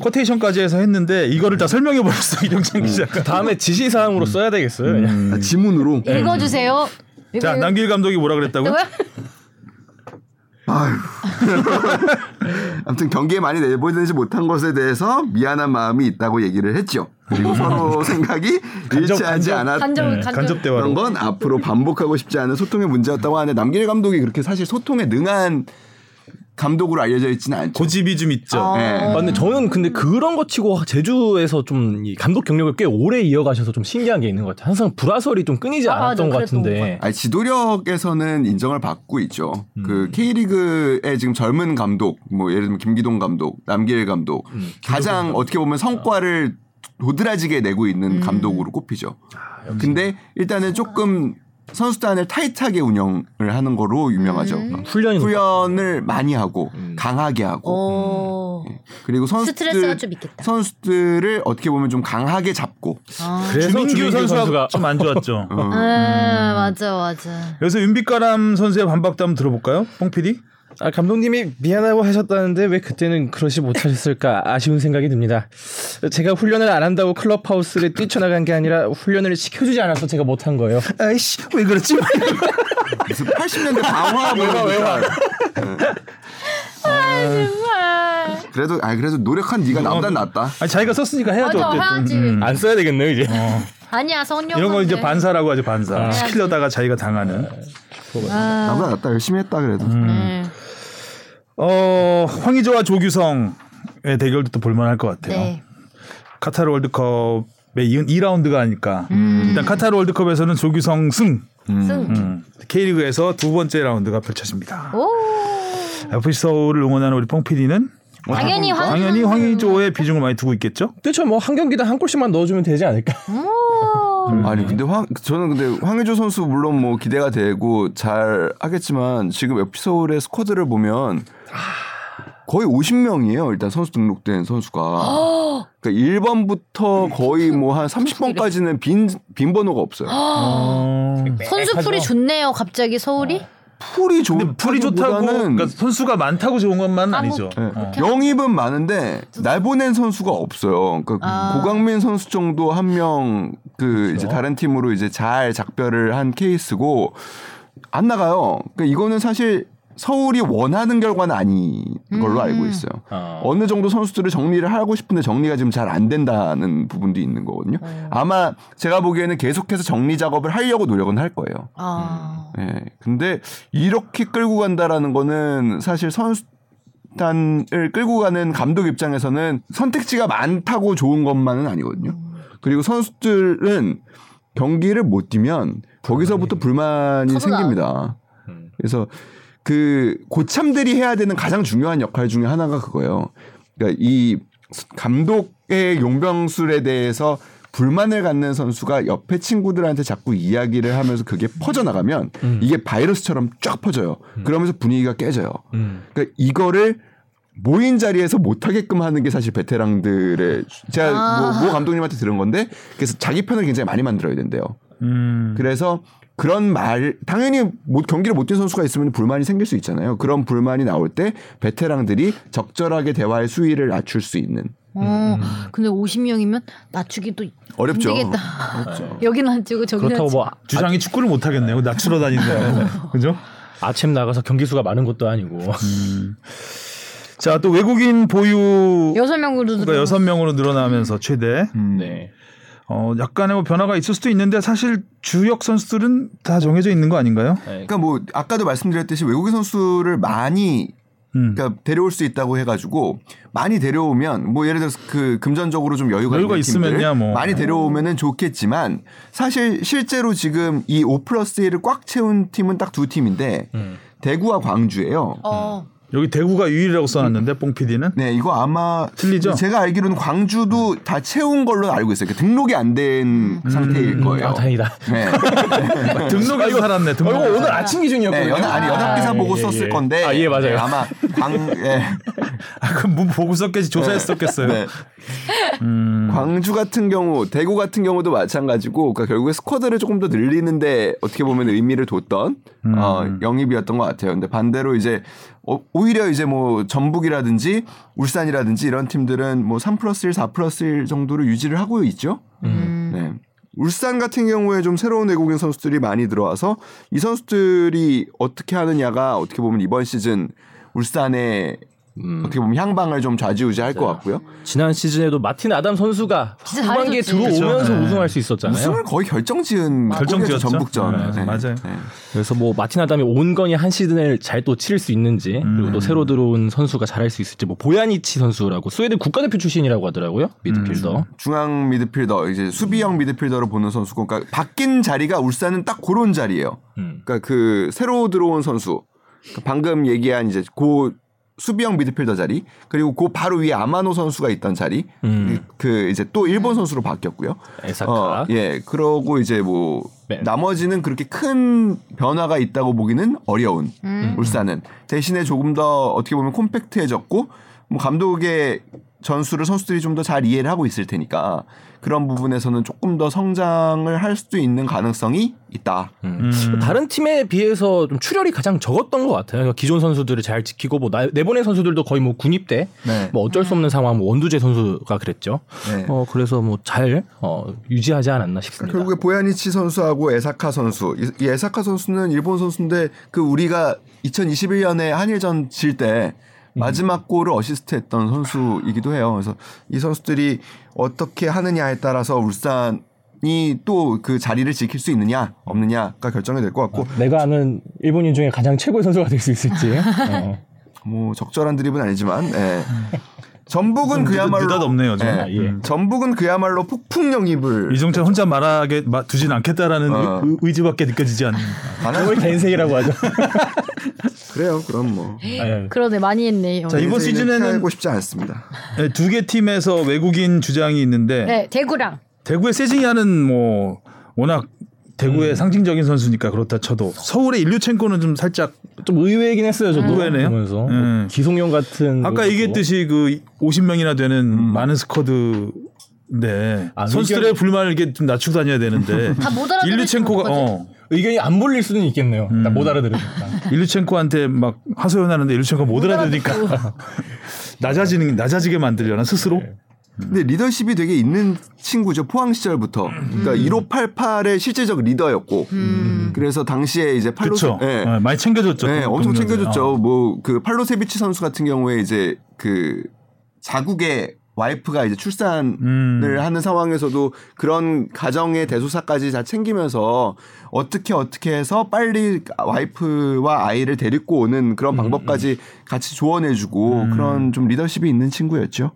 Speaker 2: 코테이션까지 해서 했는데 이거를 다 설명해 버렸어 이정찬 기자가.
Speaker 3: 다음에 음. 지시 사항으로 써야 되겠어요. 그냥.
Speaker 4: 음. 지문으로
Speaker 1: 읽어주세요. 이거
Speaker 2: 자 남길 감독이 뭐라 그랬다고?
Speaker 1: 뭐야?
Speaker 4: 아휴. 아무튼 경기에 많이 내보내지 못한 것에 대해서 미안한 마음이 있다고 얘기를 했죠. 그리고 서로 생각이 일치하지
Speaker 2: 간접.
Speaker 4: 않았던
Speaker 1: 간접
Speaker 2: 네, 간접
Speaker 1: 간접
Speaker 2: 대화로.
Speaker 4: 건 앞으로 반복하고 싶지 않은 소통의 문제였다고 하는데 남길 감독이 그렇게 사실 소통에 능한 감독으로 알려져 있지는 않죠.
Speaker 2: 고집이 좀 있죠.
Speaker 4: 예.
Speaker 3: 아, 근데 저는 근데 그런 거 치고 제주에서 좀이 감독 경력을 꽤 오래 이어가셔서 좀 신기한 게 있는 것 같아요. 항상 불화설이 좀 끊이지
Speaker 1: 아,
Speaker 3: 않았던
Speaker 1: 맞아.
Speaker 3: 것
Speaker 1: 그랬던 것
Speaker 3: 같은데.
Speaker 1: 같아요.
Speaker 4: 예. 아니, 지도력에서는 인정을 받고 있죠.
Speaker 3: 음.
Speaker 4: 그 K리그의 지금 젊은 감독, 뭐 예를 들면 김기동 감독, 남길 감독,
Speaker 3: 음,
Speaker 4: 가장 어떻게 보면 성과를 도드라지게 내고
Speaker 1: 음.
Speaker 4: 있는 감독으로 꼽히죠.
Speaker 3: 아,
Speaker 4: 근데 일단은 조금 선수단을 타이트하게 운영을 하는 거로 유명하죠.
Speaker 1: 음.
Speaker 3: 훈련이 음.
Speaker 4: 훈련을 많이 하고 강하게 하고
Speaker 1: 오.
Speaker 4: 그리고
Speaker 1: 어. 스트레스가
Speaker 4: 선수들
Speaker 1: 좀 있겠다.
Speaker 4: 선수들을 어떻게 보면 좀 강하게 잡고
Speaker 1: 아.
Speaker 3: 그래서
Speaker 2: 주민규
Speaker 3: 주민규
Speaker 2: 선수가
Speaker 3: 선수가-
Speaker 2: 좀 안 좋았죠.
Speaker 4: 어,
Speaker 1: 아, 맞아 맞아.
Speaker 2: 그래서 윤빛가람 선수의 반박도 한번 들어볼까요? 뽕 PD?
Speaker 3: 아, 감독님이 미안하고 하셨다는데 왜 그때는 그러지 못하셨을까 아쉬운 생각이 듭니다. 제가 훈련을 안 한다고 클럽하우스를 뛰쳐나간 게 아니라 훈련을 시켜주지 않아서 제가 못한 거예요.
Speaker 2: 아이씨 왜 그랬지?
Speaker 4: 무슨 80년대 방화 뭐 이런 거.
Speaker 1: 아, 정말. 음.
Speaker 4: 그래도 아 그래도 노력한 네가 나보다 낫다.
Speaker 2: 아니 자기가 썼으니까 해야죠.
Speaker 1: 맞아, 음. 해야지.
Speaker 3: 안 써야 되겠네요 이제.
Speaker 1: 아니야 성룡
Speaker 2: 음. 이런 걸 이제
Speaker 1: 선배.
Speaker 2: 반사라고 하죠 반사. 시키려다가 자기가 당하는.
Speaker 4: 나보다 낫다 열심히 했다 그래도.
Speaker 1: 네.
Speaker 2: 어 황의조와 조규성의 대결도 또 볼만할 것 같아요.
Speaker 1: 네.
Speaker 2: 카타르 월드컵에 이은 2라운드가 아니까
Speaker 1: 음.
Speaker 2: 일단 카타르 월드컵에서는 조규성 승
Speaker 1: 승.
Speaker 2: 음, K리그에서 두 번째 라운드가 펼쳐집니다.
Speaker 1: 오.
Speaker 2: FC 서울을 응원하는 우리 뽕 PD는
Speaker 1: 어,
Speaker 2: 어,
Speaker 1: 당연히 황.
Speaker 2: 당연히 황의조의 비중을 많이 두고 있겠죠.
Speaker 3: 그렇죠. 뭐 한 경기당 한 골씩만 넣어주면 되지 않을까.
Speaker 1: 오.
Speaker 4: 아니 근데 황 저는 근데 황의조 선수 물론 뭐 기대가 되고 잘 하겠지만 지금 FC 서울의 스쿼드를 보면 거의 50명이에요. 일단 선수 등록된
Speaker 1: 아.
Speaker 4: 선수가. 그러니까 1번부터 거의 뭐 한 30번까지는 빈, 빈 번호가 없어요.
Speaker 1: 아.
Speaker 2: 어...
Speaker 1: 선수 풀이 좋네요. 갑자기 서울이.
Speaker 4: 풀이 좋
Speaker 2: 근데 풀이 좋다고 그러니까 선수가 많다고 좋은 것만
Speaker 1: 아, 뭐,
Speaker 2: 아니죠.
Speaker 4: 예.
Speaker 2: 어.
Speaker 4: 영입은 많은데 날 보낸 선수가 없어요. 그러니까
Speaker 1: 아.
Speaker 4: 고강민 선수 정도 한 명 그 이제 다른 팀으로 이제 잘 작별을 한 케이스고 안 나가요. 그러니까 이거는 사실 서울이 원하는 결과는 아닌 걸로 알고 있어요.
Speaker 3: 아.
Speaker 4: 어느 정도 선수들을 정리를 하고 싶은데 정리가 지금 잘 안 된다는 부분도 있는 거거든요. 아마 제가 보기에는 계속해서 정리 작업을 하려고 노력은 할 거예요.
Speaker 2: 어.
Speaker 1: 아.
Speaker 4: 예. 근데 이렇게 끌고 간다라는 거는 사실 선수단을 끌고 가는 감독 입장에서는 선택지가 많다고 좋은 것만은 아니거든요.
Speaker 1: 음.
Speaker 4: 그리고 선수들은 경기를 못 뛰면 거기서부터 불만이
Speaker 1: 네. 터져
Speaker 4: 생깁니다. 그래서 그 고참들이 해야 되는 가장 중요한 역할 중에 하나가 그거예요. 그러니까 이 감독의 용병술에 대해서 불만을 갖는 선수가 옆에 친구들한테 자꾸 이야기를 하면서 그게 퍼져나가면 이게 바이러스처럼 쫙 퍼져요. 그러면서 분위기가 깨져요. 그러니까 이거를 모인 자리에서 못하게끔 하는 게 사실 베테랑들의 제가 뭐, 모 감독님한테 들은 건데 그래서 자기 편을 굉장히 많이 만들어야 된대요.
Speaker 2: 음.
Speaker 4: 그래서 그런 말 당연히 못- 경기를 못 뛴 선수가 있으면 불만이 생길 수 있잖아요. 그런 불만이 나올 때 베테랑들이 적절하게 대화의 수위를 낮출 수 있는
Speaker 2: 음,
Speaker 1: 어, 근데 50명이면 낮추기도
Speaker 4: 어렵죠.
Speaker 1: 힘들겠다.
Speaker 4: 어렵죠.
Speaker 1: 여기는 안 찍고 저기는 안
Speaker 3: 그렇다고
Speaker 1: 찍고.
Speaker 3: 뭐
Speaker 2: 주장이 축구를 못 하겠네요. 낮추러 다닌다. 그죠?
Speaker 3: 아침 나가서 경기 수가 많은 것도 아니고
Speaker 2: 자, 또 외국인 보유
Speaker 1: 여섯 명으로
Speaker 2: 가뭐 그러니까 여섯 명으로 늘어나면서 최대
Speaker 1: 음.
Speaker 3: 네.
Speaker 2: 어 약간의 뭐 변화가 있을 수도 있는데 사실 주역 선수들은 다 정해져 있는 거 아닌가요?
Speaker 4: 그러니까 뭐 아까도 말씀드렸듯이 외국인 선수를 많이
Speaker 2: 음.
Speaker 4: 그러니까 데려올 수 있다고 해가지고 많이 데려오면 뭐 예를 들어서 그 금전적으로 좀 여유가, 네.
Speaker 2: 여유가
Speaker 4: 있는 팀들
Speaker 2: 있으면야 뭐.
Speaker 4: 많이 데려오면은 좋겠지만 사실 실제로 지금 이 5 플러스 1을 꽉 채운 팀은 딱 두 팀인데 대구와 광주예요.
Speaker 1: 어.
Speaker 2: 여기 대구가 유일이라고 써놨는데 뽕 PD는
Speaker 4: 네, 이거 아마
Speaker 2: 틀리죠?
Speaker 4: 제가 알기로는 광주도 다 채운 걸로 알고 있어요. 그러니까 등록이 안 된 상태일 거예요.
Speaker 3: 아 다행이다.
Speaker 4: 네.
Speaker 2: 아, 등록이 살았네. 등록.
Speaker 3: 아침
Speaker 4: 네,
Speaker 3: 기준이었거든요.
Speaker 4: 연 아니 연합 기사
Speaker 3: 아,
Speaker 4: 보고
Speaker 3: 예,
Speaker 4: 썼을
Speaker 3: 예.
Speaker 4: 건데
Speaker 3: 아, 예, 맞아요.
Speaker 4: 네, 아마 광 예.
Speaker 2: 아, 그럼 뭐 보고 썼겠지 조사했었겠어요.
Speaker 4: 네. 광주 같은 경우, 대구 같은 경우도 마찬가지고, 그러니까 결국에 스쿼드를 조금 더 늘리는데 어떻게 보면 의미를 뒀던 어, 영입이었던 것 같아요. 근데 반대로 이제 어, 오히려 이제 뭐 전북이라든지 울산이라든지 이런 팀들은 뭐 3 플러스 1, 4 플러스 1 정도로 유지를 하고 있죠. 네. 울산 같은 경우에 좀 새로운 외국인 선수들이 많이 들어와서 이 선수들이 어떻게 하느냐가 어떻게 보면 이번 시즌 울산의 어떻게 보면 향방을 좀 좌지우지할 것 같고요.
Speaker 3: 지난 시즌에도 마틴 아담 선수가
Speaker 1: 진짜
Speaker 3: 후반기에
Speaker 1: 잘해줬지.
Speaker 3: 들어오면서
Speaker 2: 그쵸. 네.
Speaker 3: 우승할 수 있었잖아요.
Speaker 4: 우승을 거의 결정지은
Speaker 2: 결정지었죠.
Speaker 4: 골이었죠, 전북전
Speaker 2: 네, 맞아요.
Speaker 3: 그래서 뭐 마틴 아담이 온 건이 한 시즌을 잘 또 치를 수 있는지
Speaker 4: 음.
Speaker 3: 그리고 또 새로 들어온 선수가 잘할 수 있을지 뭐 보야니치 선수라고 스웨덴 국가대표 출신이라고 하더라고요 미드필더.
Speaker 4: 음. 중앙 미드필더 이제 수비형 미드필더로 보는 선수고 그러니까 바뀐 자리가 울산은 딱 그런 자리예요.
Speaker 3: 음.
Speaker 4: 그러니까 그 새로 들어온 선수 그러니까 방금 얘기한 이제 고 수비형 미드필더 자리 그리고 그 바로 위에 아마노 선수가 있던 자리
Speaker 3: 음.
Speaker 4: 그 이제 또 일본 선수로 바뀌었고요.
Speaker 3: 에사카.
Speaker 4: 예, 그러고 이제 뭐
Speaker 3: 네.
Speaker 4: 나머지는 그렇게 큰 변화가 있다고 보기는 어려운 울산은 대신에 조금 더 어떻게 보면 콤팩트해졌고 뭐 감독의 전술을 선수들이 좀 더 잘 이해를 하고 있을 테니까 그런 부분에서는 조금 더 성장을 할 수도 있는 가능성이 있다.
Speaker 3: 음. 다른 팀에 비해서 좀 출혈이 가장 적었던 것 같아요. 그러니까 기존 선수들을 잘 지키고 뭐 나- 내보낸 선수들도 거의 뭐 군입대,
Speaker 4: 네.
Speaker 3: 뭐 어쩔 수 없는 상황, 뭐 원두재 선수가 그랬죠.
Speaker 4: 네.
Speaker 3: 어 그래서 뭐 잘 어, 유지하지 않았나 싶습니다.
Speaker 4: 결국에 보야니치 선수하고 에사카 선수. 이- 이 에사카 선수는 일본 선수인데 그 우리가 2021년에 한일전 질 때
Speaker 2: 음.
Speaker 4: 마지막 골을 어시스트했던 선수이기도 해요. 그래서 이 선수들이 어떻게 하느냐에 따라서 울산이 또 그 자리를 지킬 수 있느냐 없느냐가 결정이 될 것
Speaker 2: 뭐
Speaker 4: 같고
Speaker 3: 내가 아는 일본인 중에 가장 최고의 선수가 될 수 있을지. 어,
Speaker 4: 뭐 적절한 드립은 아니지만 예. 전북은
Speaker 2: 좀
Speaker 4: 그야말로
Speaker 2: 느닷없네요, 좀.
Speaker 4: 예.
Speaker 2: 아,
Speaker 3: 예.
Speaker 4: 전북은 그야말로 폭풍 영입을
Speaker 2: 이종찬 혼자 말하게 마- 두진 않겠다라는 그
Speaker 4: 어.
Speaker 2: 의- 의지밖에 느껴지지 않는.
Speaker 4: 안
Speaker 2: 뭐
Speaker 4: 하...
Speaker 3: 오늘 겐생이라고 하죠. 아, 예.
Speaker 4: 그래요 그럼 뭐
Speaker 1: 그러네 많이 했네요.
Speaker 2: 자, 이번 시즌에는-
Speaker 4: 고 싶지 않습니다.
Speaker 2: 네, 두 개 팀에서 외국인 주장이 있는데
Speaker 1: 네 대구랑
Speaker 2: 대구의 세징야는 뭐 워낙 대구의 상징적인 선수니까 그렇다 쳐도 서울의 일류첸코는 좀 살짝
Speaker 3: 좀 의외이긴 했어요. 저도
Speaker 2: 의외네요.
Speaker 3: 보면서 뭐
Speaker 2: 음.
Speaker 3: 기송용 같은.
Speaker 2: 아까
Speaker 3: 것도.
Speaker 2: 얘기했듯이 그 50명이나 되는 많은 스쿼드인데
Speaker 3: 아,
Speaker 2: 선수들의
Speaker 3: 의견-
Speaker 2: 불만을 이렇게 좀 낮추고 다녀야 되는데
Speaker 1: 다못 알아들을
Speaker 2: 일류첸코가
Speaker 1: 수는
Speaker 2: 어
Speaker 3: 의견이 안 몰릴 수는 있겠네요.
Speaker 2: 음.
Speaker 3: 나못 알아들으니까.
Speaker 2: 일류첸코한테 막 하소연하는데 일류첸코 못 알아들으니까 낮아지는 낮아지게 만들려나 스스로
Speaker 4: 네. 근데 리더십이 되게 있는 친구죠. 포항 시절부터. 그러니까 1588의 실제적 리더였고. 그래서 당시에 이제 팔로
Speaker 2: 그렇죠
Speaker 4: 예.
Speaker 2: 어, 많이 챙겨줬죠
Speaker 4: 네,
Speaker 2: 동-
Speaker 4: 엄청
Speaker 2: 동료들.
Speaker 4: 챙겨줬죠.
Speaker 2: 어.
Speaker 4: 뭐 그 팔로세비치 선수 같은 경우에 이제 그 자국의 와이프가 이제 출산을
Speaker 2: 음.
Speaker 4: 하는 상황에서도 그런 가정의 대소사까지 다 챙기면서 어떻게 어떻게 해서 빨리 와이프와 아이를 데리고 오는
Speaker 2: 음,
Speaker 4: 그런 방법까지 같이 조언해주고 그런 좀 리더십이 있는 친구였죠.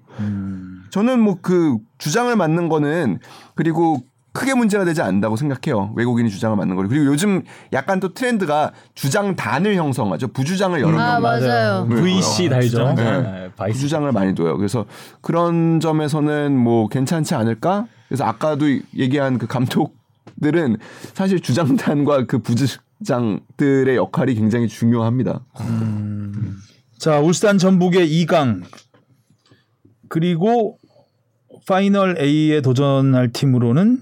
Speaker 4: 저는 뭐 그 주장을 맡는 거는 그리고 크게 문제가 되지 않는다고 생각해요. 외국인이 주장을 맡는 거를. 그리고 요즘 약간 또 트렌드가 주장단을 형성하죠. 부주장을 여러
Speaker 1: 아
Speaker 2: 음,
Speaker 4: 명
Speaker 1: 맞아요.
Speaker 3: VC 달죠.
Speaker 4: 네.
Speaker 3: 네, 바이스.
Speaker 4: 주장을 많이 둬요. 그래서 그런 점에서는 뭐 괜찮지 않을까? 그래서 아까도 얘기한 그 감독들은 사실 주장단과 그 부주장들의 역할이 굉장히 중요합니다.
Speaker 2: 자 울산 전북의 2강 그리고 파이널 A에 도전할 팀으로는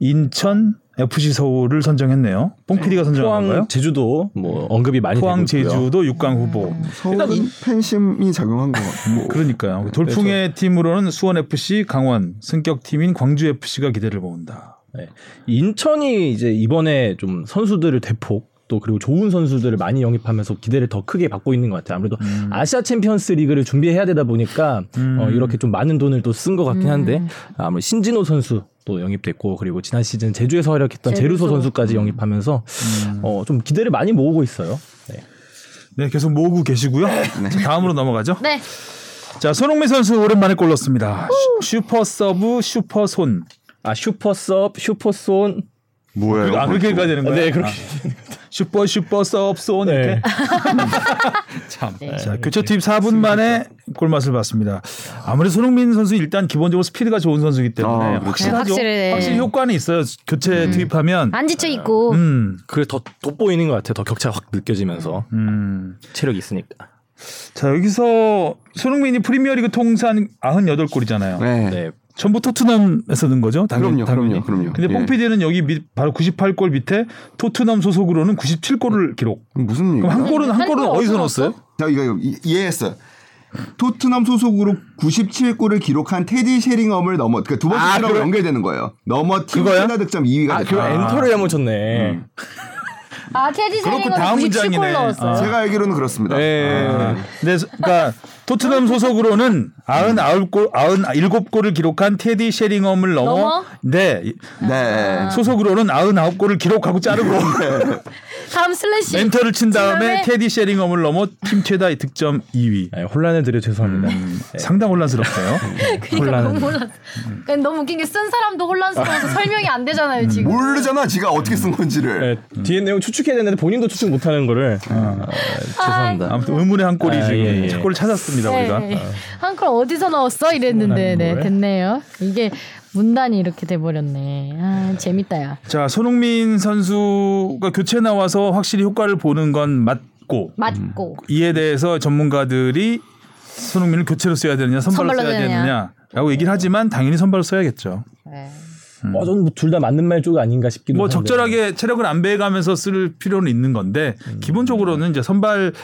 Speaker 2: 인천 FC 서울을 선정했네요. 뽕피디가 선정한 건가요?
Speaker 3: 포항, 제주도 뭐 언급이 많이
Speaker 2: 포항
Speaker 3: 되고 있고요. 음.
Speaker 2: 제주도 6강 후보.
Speaker 4: 서울은 뭐, 팬심이 작용한 것 같고
Speaker 2: 그러니까요.
Speaker 3: 네,
Speaker 2: 돌풍의 팀으로는 수원 FC, 강원 승격 팀인 광주 FC가 기대를 모은다.
Speaker 3: 네. 인천이 이제 이번에 좀 선수들을 대폭 또 그리고 좋은 선수들을 많이 영입하면서 기대를 더 크게 받고 있는 것 같아요. 아무래도 아시아 챔피언스 리그를 준비해야 되다 보니까 어, 이렇게 좀 많은 돈을 또 쓴 것 같긴 한데 아무래도 신진호 선수 또 영입됐고 그리고 지난 시즌 제주에서 활약했던 제루소,
Speaker 1: 제루소.
Speaker 3: 선수까지 영입하면서 어, 좀 기대를 많이 모으고 있어요. 네.
Speaker 2: 네, 계속 모으고 계시고요. 자, 다음으로 넘어가죠.
Speaker 1: 네.
Speaker 2: 자, 손흥민 선수 오랜만에 골 넣습니다. 슈- 슈퍼 서브, 슈퍼 손.
Speaker 3: 아 슈퍼섭, 슈퍼손
Speaker 4: 뭐예요?
Speaker 2: 아, 그렇게 가야 되는 거예요?
Speaker 3: 네, 그렇게
Speaker 2: 아. 슈퍼 슈퍼 서브 손 이렇게.
Speaker 3: 네.
Speaker 2: 참. 자, 교체 투입 4분 만에 골맛을 봤습니다. 아무래도 손흥민 선수 일단 기본적으로 스피드가 좋은 선수이기 때문에
Speaker 4: 아, 그렇죠.
Speaker 2: 확실하죠.
Speaker 1: 확실해.
Speaker 2: 확실히 네. 아. 효과는 있어요. 교체 투입하면.
Speaker 1: 안 지쳐 있고.
Speaker 2: 음.
Speaker 3: 그게 더 돋보이는 것 같아요. 더 격차가 확 느껴지면서
Speaker 2: 음.
Speaker 3: 체력이 있으니까.
Speaker 2: 자 여기서 손흥민이 프리미어리그 통산 98골이잖아요.
Speaker 4: 네.
Speaker 3: 네.
Speaker 2: 전부 토트넘에서 넣은 거죠? 당연히.
Speaker 4: 그럼요, 그럼요,
Speaker 2: 당연히.
Speaker 4: 그럼요.
Speaker 2: 근데
Speaker 4: 예.
Speaker 2: 뽕피디는 여기 밑, 바로 98골 밑에 토트넘 소속으로는 97골을 기록.
Speaker 4: 무슨 얘기?
Speaker 2: 그럼 한 골은 한
Speaker 1: 음, 한
Speaker 2: 골은
Speaker 1: 골
Speaker 2: 어디서
Speaker 1: 어디서
Speaker 2: 넣었어요?
Speaker 4: 자 이거, 이거 이- 이해했어요. 토트넘 소속으로 97골을 기록한 테디 쉐링엄을 넘어 그러니까 두 번째
Speaker 3: 아,
Speaker 4: 팀하고
Speaker 3: 그래?
Speaker 4: 연결되는 거예요. 넘어 팀
Speaker 3: 그거야?
Speaker 4: 최다 득점 2위가
Speaker 3: 아, 음. 그
Speaker 4: 됐다.
Speaker 3: 엔터를 잘못 쳤네.
Speaker 1: 아 테디
Speaker 2: 그렇고
Speaker 1: 세링은
Speaker 2: 다음
Speaker 1: 97골
Speaker 2: 문장이네.
Speaker 1: 넣었어요.
Speaker 2: 아.
Speaker 4: 제가 알기로는 그렇습니다.
Speaker 3: 네.
Speaker 2: 근데 소- 그러니까 토트넘 소속으로는 99골 97골을 기록한 테디 쉐링엄을 넘어
Speaker 1: 넘어? 아.
Speaker 2: 네.
Speaker 4: 네.
Speaker 2: 소속으로는 99골을 기록하고 자르고
Speaker 1: 다음 슬래시.
Speaker 2: 멘터를 친
Speaker 1: 지난해-
Speaker 2: 다음에 테디 쉐링엄을 넘어 팀 최다 득점 2위.
Speaker 3: 네, 혼란을 드려 죄송합니다.
Speaker 2: 음. 상당 혼란스럽네요.
Speaker 1: 네. 그러니까
Speaker 3: 혼란은.
Speaker 1: 너무 혼란. 그러니까 너무 웃긴 게 쓴 사람도
Speaker 2: 아.
Speaker 1: 혼란스러워서 설명이 안
Speaker 2: 음.
Speaker 1: 되잖아요 지금.
Speaker 4: 모르잖아, 지가 어떻게 쓴 건지를.
Speaker 3: 네, 뒤에 내용 추측해야 되는데 본인도 추측 못하는 거를
Speaker 2: 음.
Speaker 3: 아, 죄송합니다.
Speaker 2: 아무튼 의문의 한 골이
Speaker 3: 아,
Speaker 2: 지금
Speaker 3: 예, 예.
Speaker 2: 첫 골을 찾았습니다
Speaker 1: 네.
Speaker 2: 우리가.
Speaker 1: 예. 한걸 어디서 넣었어 이랬는데 네, 됐네요. 이게 문단이 이렇게 돼버렸네. 아 재밌다야.
Speaker 2: 자 손흥민 선수가 교체 나와서 확실히 효과를 보는 건 맞고
Speaker 1: 맞고.
Speaker 2: 이에 대해서 전문가들이 손흥민을 교체로 써야 되느냐 선발로,
Speaker 1: 선발로
Speaker 2: 써야
Speaker 1: 되느냐.
Speaker 2: 되느냐라고 얘기를 하지만 당연히 선발로 써야겠죠.
Speaker 1: 네.
Speaker 2: 음.
Speaker 3: 어, 저는 둘 다 맞는 말 쪽 아닌가 싶기도
Speaker 2: 뭐
Speaker 3: 한데.
Speaker 2: 적절하게 체력을 안 배가면서 쓸 필요는 있는 건데 기본적으로는 이제 선발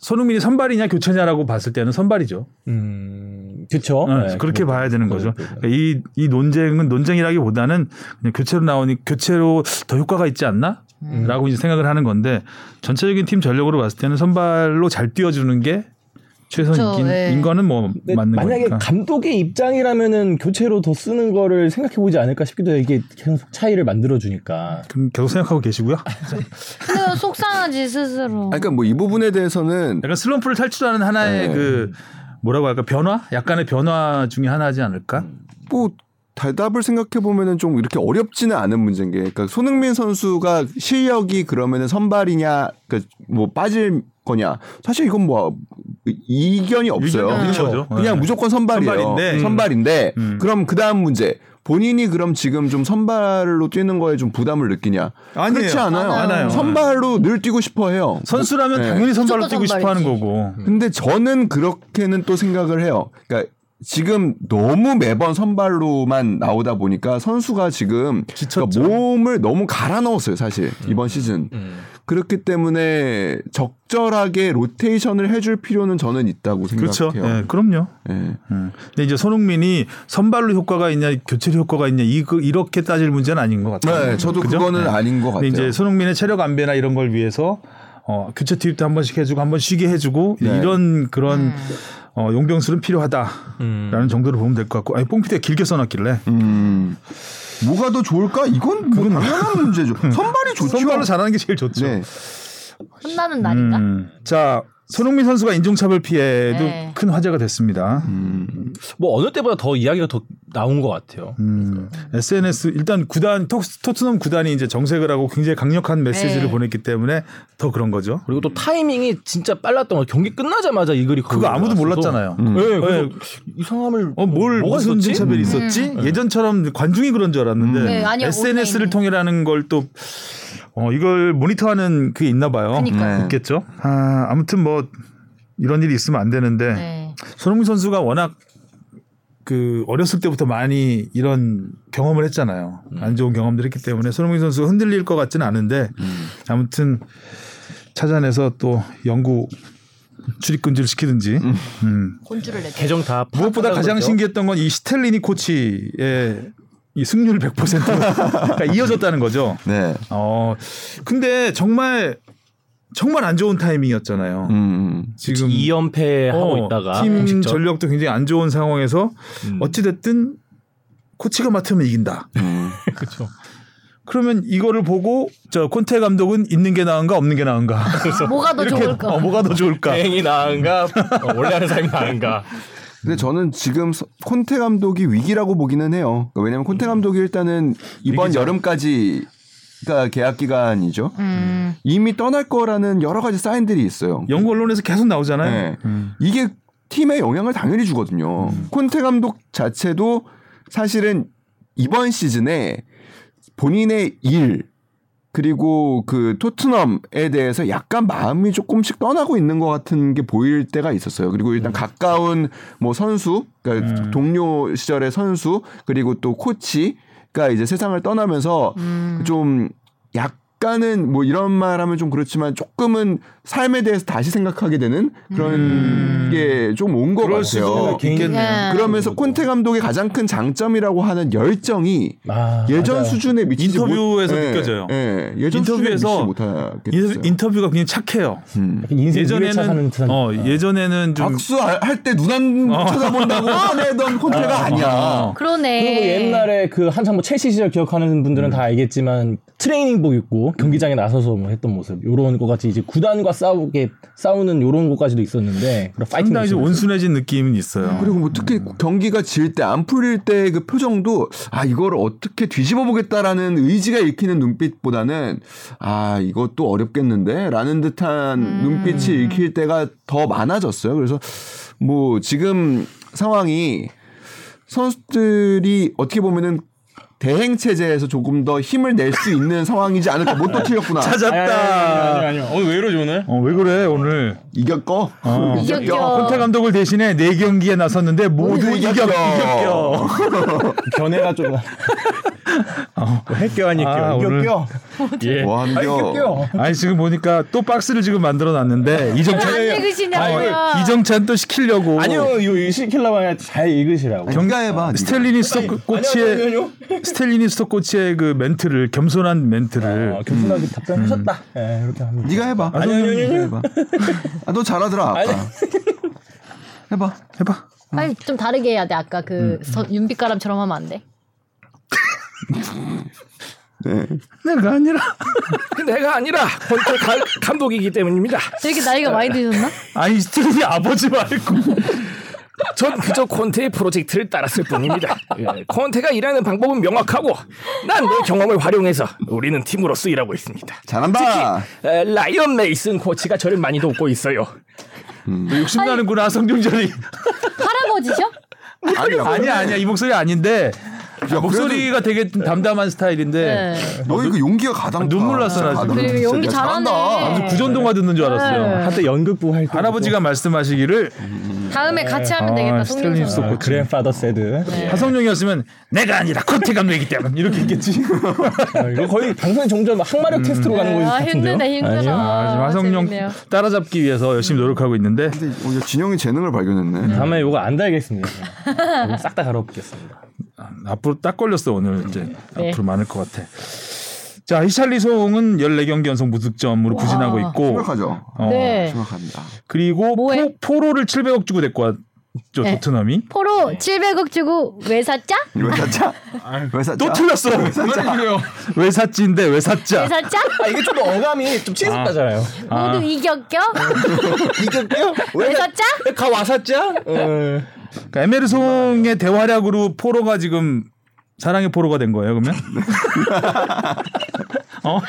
Speaker 2: 손흥민이 선발이냐 교체냐라고 봤을 때는 선발이죠.
Speaker 3: 음, 그렇죠.
Speaker 2: 네, 그렇게 봐야 되는 거죠. 네, 그러니까 이, 이 논쟁은 논쟁이라기보다는 그냥 교체로 나오니 교체로 더 효과가 있지 않나? 라고 이제 생각을 하는 건데 전체적인 팀 전력으로 봤을 때는 선발로 잘 뛰어주는 게 최선인
Speaker 1: 그렇죠, 예.
Speaker 2: 거는 뭐 맞는
Speaker 3: 만약에
Speaker 2: 거니까.
Speaker 3: 감독의 입장이라면은 교체로 더 쓰는 거를 생각해 보지 않을까 싶기도 해요. 이게 계속 차이를 만들어 주니까.
Speaker 2: 그럼 계속 생각하고 계시고요.
Speaker 1: 근데 속상하지 스스로.
Speaker 4: 그러니까 뭐 이 부분에 대해서는
Speaker 2: 약간 슬럼프를 탈출하는 하나의
Speaker 4: 네.
Speaker 2: 그 뭐라고 할까 변화? 약간의 변화 중에 하나지 않을까?
Speaker 4: 뭐 대답을 생각해 보면은 좀 이렇게 어렵지는 않은 문제인 게, 그러니까 손흥민 선수가 실력이 그러면은 선발이냐, 그러니까 뭐 빠질 거냐. 사실 이건 뭐 이견이 없어요.
Speaker 2: 이견이 없는
Speaker 4: 그냥, 뭐
Speaker 2: 거죠.
Speaker 4: 그냥
Speaker 2: 네.
Speaker 4: 무조건 선발이에요.
Speaker 2: 선발인데. 음.
Speaker 4: 선발인데, 그럼 그 다음 문제. 본인이 그럼 지금 좀 선발로 뛰는 거에 좀 부담을 느끼냐?
Speaker 2: 아니에요.
Speaker 4: 그렇지 않아요.
Speaker 2: 않아요.
Speaker 4: 선발로 늘 뛰고 싶어 해요.
Speaker 2: 선수라면
Speaker 4: 네.
Speaker 2: 당연히 선발로 뛰고
Speaker 1: 무조건
Speaker 2: 싶어 하는
Speaker 1: 선발이지.
Speaker 2: 거고.
Speaker 4: 근데 저는 그렇게는 또 생각을 해요. 그러니까 지금 너무 매번 선발로만 나오다 보니까 선수가 지금 그러니까
Speaker 2: 지쳤죠. 음.
Speaker 4: 몸을 너무 갈아 넣었어요, 사실 이번 시즌. 그렇기 때문에 적절하게 로테이션을 해줄 필요는 저는 있다고
Speaker 2: 그렇죠.
Speaker 4: 생각해요.
Speaker 2: 예, 그럼요.
Speaker 4: 예.
Speaker 2: 음. 근데 이제 손흥민이 선발로 효과가 있냐 교체로 효과가 있냐 이 이렇게 따질 문제는 아닌 것 같아요.
Speaker 4: 네, 저도 그
Speaker 2: 그죠?
Speaker 4: 거는
Speaker 2: 네.
Speaker 4: 아닌 것
Speaker 2: 근데
Speaker 4: 같아요.
Speaker 2: 이제 손흥민의 체력 안배나 이런 걸 위해서 어, 교체 투입도 한 번씩 해주고 한 번 쉬게 해주고 이제
Speaker 4: 네.
Speaker 2: 이런 그런
Speaker 1: 음.
Speaker 2: 어, 용병술은 필요하다라는 정도로 보면 될 것 같고 아니 뽕피디가 길게 써놨길래
Speaker 4: 음, 뭐가 더 좋을까? 이건 뭐 당연한 문제죠. 선발이 좋죠.
Speaker 2: 음. 선발로 잘하는 게 제일 좋죠.
Speaker 4: 네.
Speaker 1: 혼나는 날인가?
Speaker 2: 음. 자 손흥민 선수가 인종차별 피해도
Speaker 1: 네.
Speaker 2: 큰 화제가 됐습니다.
Speaker 4: 음.
Speaker 3: 뭐 어느 때보다 더 이야기가 더 나온 것 같아요.
Speaker 2: 음, SNS 일단 구단 토, 트넘 구단이 이제 정색을 하고 굉장히 강력한 메시지를
Speaker 1: 네.
Speaker 2: 보냈기 때문에 더 그런 거죠.
Speaker 3: 그리고 또 타이밍이 진짜 빨랐던 거 경기 끝나자마자 이 글이
Speaker 2: 그거 아무도 몰랐잖아요.
Speaker 3: 네, 그래서
Speaker 2: 네.
Speaker 3: 이상함을
Speaker 2: 어, 뭘
Speaker 3: 뭐가
Speaker 2: 무슨
Speaker 3: 있었지? 음.
Speaker 2: 차별이 있었지? 예전처럼 관중이 그런 줄 알았는데
Speaker 1: 네, 아니요,
Speaker 2: SNS를
Speaker 1: 온라인에.
Speaker 2: 통해라는 걸 또 어, 이걸 모니터하는 그게 있나 봐요.
Speaker 3: 음.
Speaker 1: 그러니까요.
Speaker 4: 네.
Speaker 2: 있겠죠. 아, 아무튼 뭐 이런 일이 있으면 안 되는데
Speaker 1: 네.
Speaker 2: 손흥민 선수가 워낙 그 어렸을 때부터 많이 이런 경험을 했잖아요.
Speaker 3: 음.
Speaker 2: 안 좋은 경험들 했기 때문에 손흥민 선수 흔들릴 것 같지는 않은데
Speaker 3: 음.
Speaker 2: 아무튼 찾아내서 또 영구 출입 금지를 시키든지. 음.
Speaker 5: 곤주를 내.
Speaker 3: 계정 다
Speaker 2: 무엇보다
Speaker 3: 파악하자는
Speaker 2: 가장
Speaker 3: 거죠?
Speaker 2: 신기했던 건 이 시텔리니 코치의 이 승률 100%가 이어졌다는 거죠.
Speaker 4: 네.
Speaker 2: 어 근데 정말 정말 안 좋은 타이밍이었잖아요.
Speaker 4: 음.
Speaker 2: 지금
Speaker 3: 2연패 하고
Speaker 2: 어,
Speaker 3: 있다가
Speaker 2: 팀
Speaker 3: 공식적.
Speaker 2: 전력도 굉장히 안 좋은 상황에서
Speaker 3: 음.
Speaker 2: 어찌 됐든 코치가 맡으면 이긴다.
Speaker 4: 음.
Speaker 3: 그쵸.
Speaker 2: 그러면 이거를 보고 저 콘테 감독은 있는 게 나은가 없는 게 나은가
Speaker 1: 뭐가 더 좋을까?
Speaker 2: 어, 뭐가 더 좋을까?
Speaker 3: 행이 나은가 어, 원래 하는 사람이 나은가
Speaker 4: 근데 저는 지금 서- 콘테 감독이 위기라고 보기는 해요. 그러니까 왜냐면 콘테 감독이 일단은 이번 여름까지가 계약 기간이죠.
Speaker 5: 음.
Speaker 4: 이미 떠날 거라는 여러 가지 사인들이 있어요.
Speaker 2: 영국 언론에서 계속 나오잖아요.
Speaker 4: 네.
Speaker 2: 음.
Speaker 4: 이게 팀에 영향을 당연히 주거든요. 콘테 감독 자체도 사실은 이번 시즌에 본인의 일 그리고 그 토트넘에 대해서 약간 마음이 조금씩 떠나고 있는 것 같은 게 보일 때가 있었어요. 그리고 일단 가까운 뭐 선수, 그러니까 동료 시절의 선수 그리고 또 코치가 이제 세상을 떠나면서 좀 약간은 뭐 이런 말하면 좀 그렇지만 조금은 삶에 대해서 다시 생각하게 되는 그런 게 좀 온 것
Speaker 2: 그럴 수도
Speaker 3: 어,
Speaker 4: 같아요.
Speaker 2: 있겠네요.
Speaker 1: 예.
Speaker 4: 그러면서 콘테 감독의 가장 큰 장점이라고 하는 열정이
Speaker 3: 아,
Speaker 4: 예전
Speaker 3: 맞아요.
Speaker 4: 수준에 미치지
Speaker 2: 인터뷰에서
Speaker 4: 못, 예,
Speaker 2: 느껴져요.
Speaker 4: 예, 예전
Speaker 2: 인터뷰에서
Speaker 4: 수준에 미치지 못하겠어요.
Speaker 2: 인터- 인터뷰가 그냥 착해요.
Speaker 4: 그렇죠. 음.
Speaker 3: 약간 인생 예전에는 하는
Speaker 2: 예전에는
Speaker 3: 듯한
Speaker 2: 어, 예전에는 좀
Speaker 4: 악수할 때 눈 안 쳐다본다고 화내던 콘테가 아니야.
Speaker 2: 어.
Speaker 1: 그러네.
Speaker 3: 그리고 옛날에 그 한참 뭐 첼시 시절 기억하는 분들은 다 알겠지만 트레이닝복 입고 경기장에 나서서 뭐 했던 모습 요런 것 같이 이제 구단과 싸우게 싸우는 요런 것까지도 있었는데 그런 파이팅 음.
Speaker 2: 상당히 좀
Speaker 3: 모습.
Speaker 2: 온순해진 느낌은 있어요.
Speaker 4: 그리고 뭐 특히 경기가 질 때 안 풀릴 때 그 표정도 아 이걸 어떻게 뒤집어 보겠다라는 의지가 읽히는 눈빛보다는 아 이것도 어렵겠는데라는 듯한
Speaker 1: 음.
Speaker 4: 눈빛이 읽힐 때가 더 많아졌어요. 그래서 뭐 지금 상황이 선수들이 어떻게 보면은 대행 체제에서 조금 더 힘을 낼 수 있는 상황이지 않을까 뭐 못또 틀렸구나
Speaker 2: 찾았다.
Speaker 3: 아니요 아니요 어왜 이러지 오늘
Speaker 2: 아, 어, 왜 그래 오늘?
Speaker 4: 이겼고
Speaker 2: 어.
Speaker 1: 이겼겨.
Speaker 2: 콘테 감독을 대신에 네 경기에 나섰는데 모두 이겼- 이겼겨.
Speaker 3: 그 견해가 좀 핵겨 어. 아니
Speaker 2: 아,
Speaker 3: 어, 껴
Speaker 2: 오늘-
Speaker 3: 껴 예.
Speaker 4: 와 이겨
Speaker 2: 아니 지금 보니까 또 박스를 지금 만들어 놨는데 이정찬
Speaker 1: 안 읽으시냐고요?
Speaker 2: 어, 이정찬 또 시키려고
Speaker 3: 아니요 이거 시킬라면 잘 읽으시라고
Speaker 4: 경가 해봐
Speaker 2: 스텔리니 스톱
Speaker 3: 아니요,
Speaker 2: 코치의
Speaker 3: 아니요.
Speaker 2: 스텔리니 스톱 코치의 그 멘트를 겸손한
Speaker 3: 네.
Speaker 2: 멘트를
Speaker 3: 겸손하게 어, 답변하셨다 예, 이렇게 합니다
Speaker 4: 네가 해봐.
Speaker 3: 아, 아니,
Speaker 6: 음.
Speaker 3: 아니, 아니, 아니.
Speaker 4: 해봐. 아, 너 잘하더라 아까.
Speaker 3: 아니.
Speaker 4: 해봐.
Speaker 2: 해봐.
Speaker 1: 빨리 좀 다르게 해야 돼. 아까 그 서- 윤빛가람처럼 하면 안 돼.
Speaker 4: 네.
Speaker 2: 내가 아니라
Speaker 3: 내가 아니라 본토 감독이기 때문입니다
Speaker 1: 되게 나이가 많이 드셨나?
Speaker 2: 아니 스텔리니 아버지 말고
Speaker 3: 음.
Speaker 6: 전 그저 콘테의 프로젝트를 따랐을 뿐입니다. 예, 콘테가 일하는 방법은 명확하고 난 내 경험을 활용해서 우리는 팀으로서 일하고 있습니다.
Speaker 3: 아.
Speaker 4: 잘한다.
Speaker 6: 에, 라이언 메이슨 코치가 저를 많이 돕고 있어요.
Speaker 2: 욕심 나는구나 성종절이
Speaker 1: 할아버지셔?
Speaker 4: 아니야.
Speaker 2: 아니야 아니야 이 목소리 아닌데
Speaker 4: 야, 목소리.
Speaker 2: 목소리가 되게 좀 담담한 스타일인데
Speaker 1: 네.
Speaker 4: 너희 그 용기가 가당.
Speaker 2: 눈물 났어, 나 지금.
Speaker 1: 그래, 연기 잘하네. 네.
Speaker 2: 아주 그 구전동화 듣는 줄 알았어요.
Speaker 3: 한때 연극부 활동
Speaker 2: 할아버지가 말씀하시기를
Speaker 1: 다음에 같이 하면
Speaker 2: 아,
Speaker 1: 되겠다.
Speaker 2: 스텔린
Speaker 1: 송영선.
Speaker 2: 스톱 코치
Speaker 3: 그랜파더 세드
Speaker 4: 예.
Speaker 2: 하성룡이었으면 내가 아니라 콘테 감독이기 때문 이렇게 했겠지.
Speaker 3: 아, 이거 거의 방송의 종점 학마력 테스트로 가는 거
Speaker 1: 아,
Speaker 3: 같은데요?
Speaker 1: 힘드네, 힘들어.
Speaker 2: 아, 지금 하성룡
Speaker 1: 재밌네요.
Speaker 2: 따라잡기 위해서 열심히 노력하고 있는데
Speaker 4: 근데 어, 야, 진영이 재능을 발견했네.
Speaker 3: 다음에 이거 안 달겠습니다. 싹 다 갈아엎겠습니다.
Speaker 2: 앞으로 딱 걸렸어 오늘 이제
Speaker 1: 네.
Speaker 2: 앞으로 많을 것 같아. 자 히샬리송은 14경기 연속 무득점으로 부진하고 있고
Speaker 4: 심각하죠.
Speaker 2: 어,
Speaker 1: 네.
Speaker 4: 심각합니다.
Speaker 2: 그리고
Speaker 1: 뭐해?
Speaker 2: 포, 로를 700억 주고 데리고 왔죠
Speaker 1: 네.
Speaker 2: 토트넘이
Speaker 1: 포로 700억 주고 왜 샀자?
Speaker 4: 왜 샀자? 왜 샀자?
Speaker 2: 또 틀렸어 왜 샀지인데 왜 샀자
Speaker 1: 왜 샀자?
Speaker 3: 아 이게 좀 어감이 좀 친숙하잖아요.
Speaker 2: 아.
Speaker 1: 모두 이겼겨?
Speaker 3: 이겼대요?
Speaker 1: 왜 샀자?
Speaker 3: 가 와샀자?
Speaker 2: 그러니까 에메르송의 대활약으로 포로가 지금 사랑의 포로가 된 거예요 그러면 어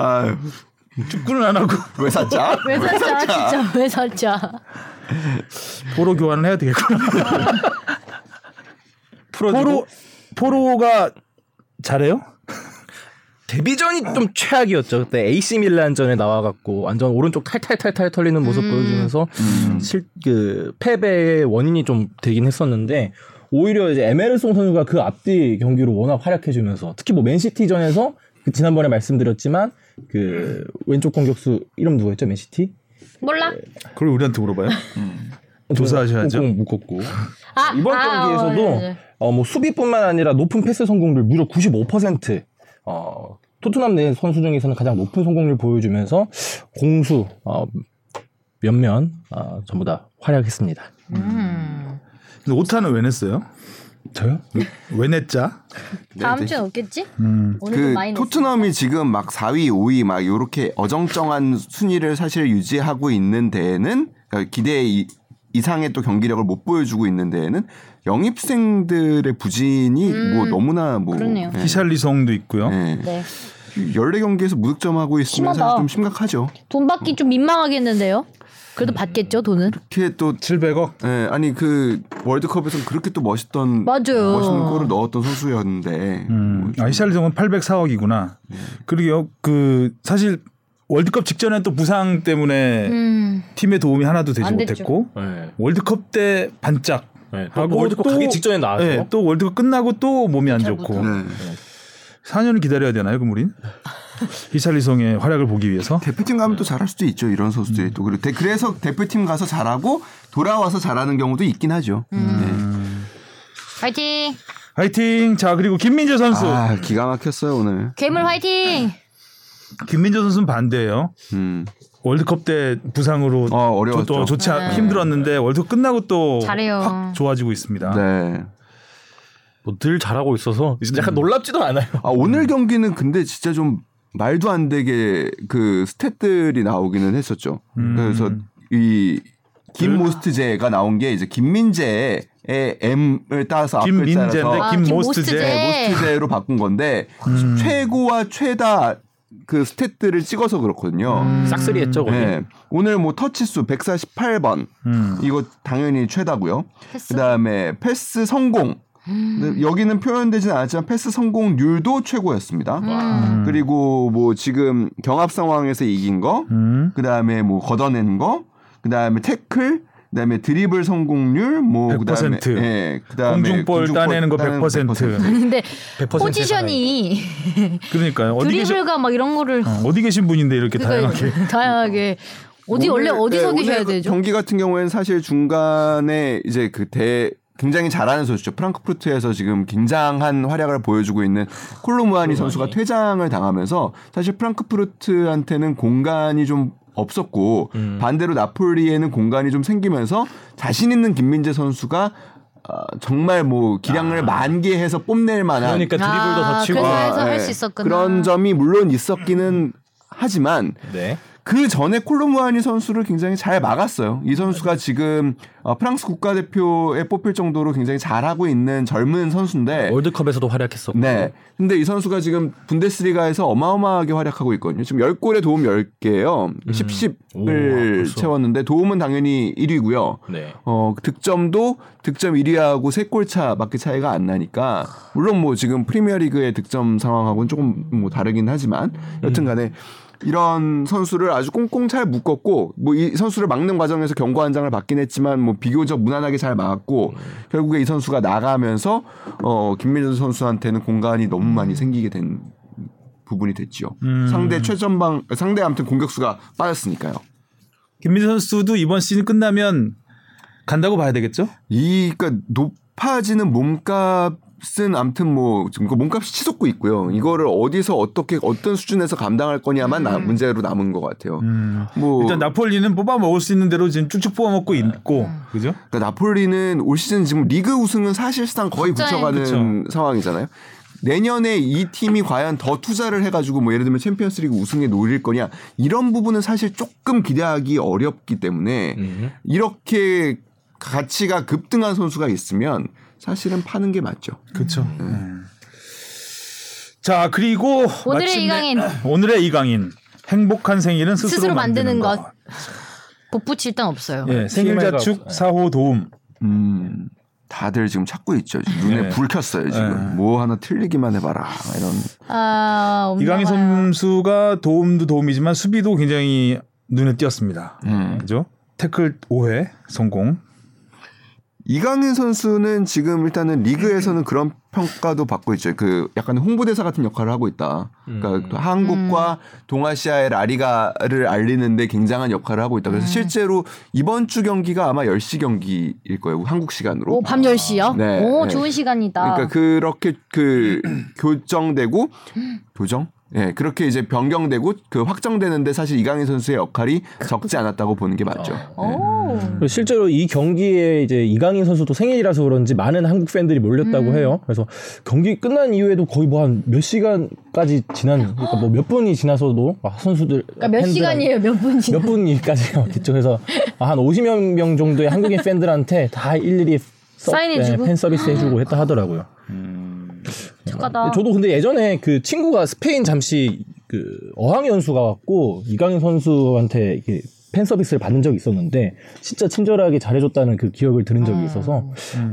Speaker 4: 아유,
Speaker 2: 축구는 안 하고
Speaker 4: 왜 샀자?
Speaker 1: 왜 샀자? 진짜 왜 샀자?
Speaker 2: 포로 교환을 해야 되겠구나 포로 포로가 잘해요
Speaker 3: 데뷔전이 좀 최악이었죠. 그때 AC 밀란전에 나와갖고 완전 오른쪽 탈탈탈탈 털리는
Speaker 2: 음.
Speaker 3: 모습 보여주면서 실 그 패배의 원인이 좀 되긴 했었는데 오히려 이제 에메르송 선수가 그 앞뒤 경기로 워낙 활약해주면서 특히 뭐 맨시티전에서 그 지난번에 말씀드렸지만 그 왼쪽 공격수 이름 누구였죠 맨시티?
Speaker 1: 몰라.
Speaker 2: 그걸 우리한테 물어봐요? 조사하셔야죠.
Speaker 3: 꽁꽁 묶었고
Speaker 1: 아,
Speaker 3: 이번
Speaker 1: 아,
Speaker 3: 경기에서도
Speaker 1: 어,
Speaker 3: 어,
Speaker 1: 네, 네.
Speaker 3: 뭐 수비뿐만 아니라 높은 패스 성공률 무려 95%. 어, 토트넘 내 선수 중에서는 가장 높은 성공률 보여주면서 공수 어, 몇면 어, 전부 다 활약했습니다.
Speaker 5: 음.
Speaker 2: 근데 오타는 왜 냈어요?
Speaker 3: 저요?
Speaker 2: 왜 냈자?
Speaker 1: 다음 주는 없겠지? 오늘 좀
Speaker 4: 그
Speaker 1: 많이
Speaker 4: 토트넘이 지금 막 4위, 5위 막 요렇게 어정쩡한 순위를 사실 유지하고 있는 데에는 그러니까 기대 이- 이상의 또 경기력을 못 보여주고 있는 데에는 영입생들의 부진이 뭐 너무나 뭐
Speaker 1: 음, 그러네요.
Speaker 4: 예,
Speaker 2: 히샬리송도 있고요.
Speaker 4: 예.
Speaker 1: 냈어요. 네.
Speaker 4: 14경기에서 무득점하고 있으면
Speaker 1: 심하다.
Speaker 4: 사실 좀 심각하죠.
Speaker 1: 돈 받기 좀 민망하겠는데요. 그래도 받겠죠 돈은.
Speaker 4: 이렇게 또
Speaker 2: 700억.
Speaker 4: 예, 아니 그 월드컵에서는 그렇게 또 멋있던
Speaker 1: 맞아요.
Speaker 4: 멋있는 골을 넣었던 선수였는데 뭐
Speaker 2: 아, 히샬리송은 804억이구나. 그리고요, 그 사실 월드컵 직전엔 또 부상 때문에
Speaker 1: 음.
Speaker 2: 팀의 도움이 하나도 되지
Speaker 1: 안 됐죠.
Speaker 2: 못했고 월드컵 때 반짝
Speaker 3: 또 네. 월드컵 가기 직전에 나와서
Speaker 2: 예, 또 월드컵 끝나고 또 몸이 안 좋고
Speaker 4: 네.
Speaker 2: 4년을 기다려야 되나요 그럼 우린 히샬리송의 활약을 보기 위해서
Speaker 4: 대표팀 가면
Speaker 2: 네.
Speaker 4: 또 잘할 수도 있죠 이런 선수들이
Speaker 2: 음.
Speaker 4: 또 그리고 대- 그래서 대표팀 가서 잘하고 돌아와서 잘하는 경우도 있긴 하죠. 네.
Speaker 5: 파이팅.
Speaker 2: 화이팅 자 그리고 김민재
Speaker 4: 네.
Speaker 2: 선수
Speaker 4: 아 기가 막혔어요 오늘.
Speaker 5: 괴물 화이팅.
Speaker 2: 김민재 선수는 반대예요
Speaker 4: 음.
Speaker 2: 월드컵 때 부상으로
Speaker 4: 어, 어려웠죠.
Speaker 2: 또 좋지 않- 힘들었는데 월드컵 끝나고 또
Speaker 5: 잘해요.
Speaker 2: 확 좋아지고 있습니다
Speaker 4: 네.
Speaker 3: 뭐늘 잘하고 있어서
Speaker 2: 음.
Speaker 3: 약간 놀랍지도 않아요.
Speaker 4: 아 오늘 경기는 근데 진짜 좀 말도 안 되게 그 스탯들이 나오기는 했었죠.
Speaker 2: 음.
Speaker 4: 그래서 이 김 모스트제가 나온 게 이제 김민재의 M을 따서 앞을
Speaker 2: 김민재인데
Speaker 4: 따라서
Speaker 2: 김 모스트제.
Speaker 4: 네, 모스트제로 바꾼 건데
Speaker 2: 음.
Speaker 4: 최고와 최다 그 스탯들을 찍어서 그렇거든요.
Speaker 2: 음.
Speaker 6: 싹쓸이했죠. 거기.
Speaker 4: 음. 네. 오늘 뭐 터치수 148번
Speaker 2: 예. 음.
Speaker 4: 이거 당연히 최다고요. 그다음에 패스 성공 근데 여기는 표현되진 않았지만 패스 성공률도 최고였습니다.
Speaker 2: 음.
Speaker 4: 그리고 뭐 지금 경합 상황에서 이긴 거,
Speaker 2: 음.
Speaker 4: 그다음에 뭐 걷어낸 거, 그다음에 태클, 그다음에 드리블 성공률, 뭐 그다음에
Speaker 2: 100%.
Speaker 4: 예, 그다음에
Speaker 2: 공중볼 따내는 거 100%.
Speaker 1: 근데
Speaker 3: 100%
Speaker 1: 포지션이
Speaker 2: 그러니까요. 어디 계신
Speaker 1: 드리블과 막 이런 거를
Speaker 2: 어디 계신 분인데 이렇게
Speaker 1: 그러니까
Speaker 2: 다양하게
Speaker 1: 다양하게 어디 원래
Speaker 4: 오늘,
Speaker 1: 어디서
Speaker 4: 네,
Speaker 1: 계셔야
Speaker 4: 오늘 그
Speaker 1: 되죠?
Speaker 4: 경기 같은 경우에는 사실 중간에 이제 그 대 굉장히 잘하는 선수죠. 프랑크푸르트에서 지금 굉장한 활약을 보여주고 있는 콜로무아니 선수가 퇴장을 당하면서 사실 프랑크푸르트한테는 공간이 좀 없었고
Speaker 1: 음.
Speaker 4: 반대로 나폴리에는 공간이 좀 생기면서 자신 있는 김민재 선수가 아, 정말 뭐 기량을 만개해서 뽐낼 만한
Speaker 3: 그러니까 드리블도
Speaker 1: 아,
Speaker 3: 더 치고.
Speaker 1: 그래서 해서
Speaker 4: 아,
Speaker 1: 할
Speaker 4: 예.
Speaker 1: 수 있었구나.
Speaker 4: 그런 점이 물론 있었기는 하지만
Speaker 3: 네.
Speaker 4: 그 전에 콜로무아니 선수를 굉장히 잘 막았어요. 이 선수가 지금 어, 프랑스 국가대표에 뽑힐 정도로 굉장히 잘하고 있는 젊은 선수인데
Speaker 3: 어, 월드컵에서도 활약했었고.
Speaker 4: 네. 근데 이 선수가 지금 분데스리가에서 어마어마하게 활약하고 있거든요. 지금 10골에 도움 10개예요. 10,
Speaker 3: 음. 오, 아,
Speaker 4: 10을
Speaker 3: 벌써.
Speaker 4: 채웠는데 도움은 당연히 1위고요.
Speaker 3: 네.
Speaker 4: 어, 득점도 득점 1위하고 3골 차밖에 차이가 안 나니까 물론 뭐 지금 프리미어리그의 득점 상황하고는 조금 뭐 다르긴 하지만 여튼 간에 이런 선수를 아주 꽁꽁 잘 묶었고 뭐 이 선수를 막는 과정에서 경고 한 장을 받긴 했지만 뭐 비교적 무난하게 잘 막았고 결국에 이 선수가 나가면서 어 김민준 선수한테는 공간이 너무 많이 생기게 된 부분이 됐죠. 상대 최전방 상대 아무튼 공격수가 빠졌으니까요.
Speaker 2: 김민재 선수도 이번 시즌 끝나면 간다고 봐야 되겠죠?
Speaker 4: 이, 그니까, 높아지는 몸값은 암튼 뭐, 지금 그 몸값이 치솟고 있고요.
Speaker 2: 음.
Speaker 4: 이거를 어디서 어떻게, 어떤 수준에서 감당할 거냐만 나- 문제로 남은 것 같아요. 뭐,
Speaker 2: 음. 일단 나폴리는 뽑아 먹을 수 있는 대로 지금 쭉쭉 뽑아 먹고 있고 네.
Speaker 1: 음.
Speaker 2: 그죠?
Speaker 4: 그러니까 나폴리는 올 시즌 지금 리그 우승은 사실상 거의 붙여가는 상황이잖아요. 내년에 이 팀이 과연 더 투자를 해가지고 뭐 예를 들면 챔피언스리그 우승에 노릴 거냐 이런 부분은 사실 조금 기대하기 어렵기 때문에
Speaker 2: 음.
Speaker 4: 이렇게 가치가 급등한 선수가 있으면 사실은 파는 게 맞죠.
Speaker 2: 그렇죠. 자 그리고
Speaker 1: 오늘의
Speaker 2: 마침내-
Speaker 1: 이강인.
Speaker 2: 오늘의 이강인 행복한 생일은 스스로,
Speaker 1: 스스로 만드는
Speaker 2: 만드는 것.
Speaker 1: 것. 복붙이 일단 없어요.
Speaker 2: 예, 생일 자축 사호 도움.
Speaker 4: 음, 다들 지금 찾고 있죠. 지금 눈에
Speaker 2: 네.
Speaker 4: 불 켰어요. 지금
Speaker 2: 네.
Speaker 4: 뭐 하나 틀리기만 해봐라 이런.
Speaker 1: 아, 없나
Speaker 2: 이강인
Speaker 1: 봐요.
Speaker 2: 선수가 도움도 도움이지만 수비도 예. 굉장히 눈에 띄었습니다. 그죠? 태클 5회 성공.
Speaker 4: 이강인 선수는 지금 일단은 리그에서는 그런 평가도 받고 있죠. 그 약간 홍보대사 같은 역할을 하고 있다. 그러니까 또 한국과
Speaker 1: 음.
Speaker 4: 동아시아의 라리가를 알리는데 굉장한 역할을 하고 있다.
Speaker 1: 음.
Speaker 4: 그래서 실제로 이번 주 경기가 아마 10시 경기일 거예요. 한국 시간으로.
Speaker 1: 오, 밤 10시요?
Speaker 4: 네,
Speaker 1: 오,
Speaker 4: 네.
Speaker 1: 좋은 시간이다.
Speaker 4: 그러니까 그렇게 그 교정되고 교정? 예, 그렇게 이제 변경되고 그 확정되는데 사실 이강인 선수의 역할이 적지 않았다고 보는 게 맞죠. 예.
Speaker 1: 오.
Speaker 3: 그리고 실제로 이 경기에 이제 이강인 선수도 생일이라서 그런지 많은 한국 팬들이 몰렸다고
Speaker 1: 음.
Speaker 3: 해요. 그래서 경기 끝난 이후에도 거의 뭐 한 몇 시간까지 지난 그러니까 뭐 몇 분이 지나서도 막 선수들
Speaker 1: 그러니까 몇
Speaker 3: 팬들한테
Speaker 1: 시간이에요? 몇 분이?
Speaker 3: 몇 분이까지 왔겠죠. 그래서 아, 한 50여 명 정도의 한국인 팬들한테 다 일일이 서-
Speaker 1: 사인해주고?
Speaker 3: 네, 팬 서비스 해주고 했다 하더라고요.
Speaker 1: 착하다.
Speaker 3: 저도 근데 예전에 그 친구가 스페인 잠시 그 어학 연수 가갖고 이강인 선수한테 이렇게 팬 서비스를 받은 적이 있었는데 진짜 친절하게 잘해줬다는 그 기억을 들은
Speaker 1: 음.
Speaker 3: 적이 있어서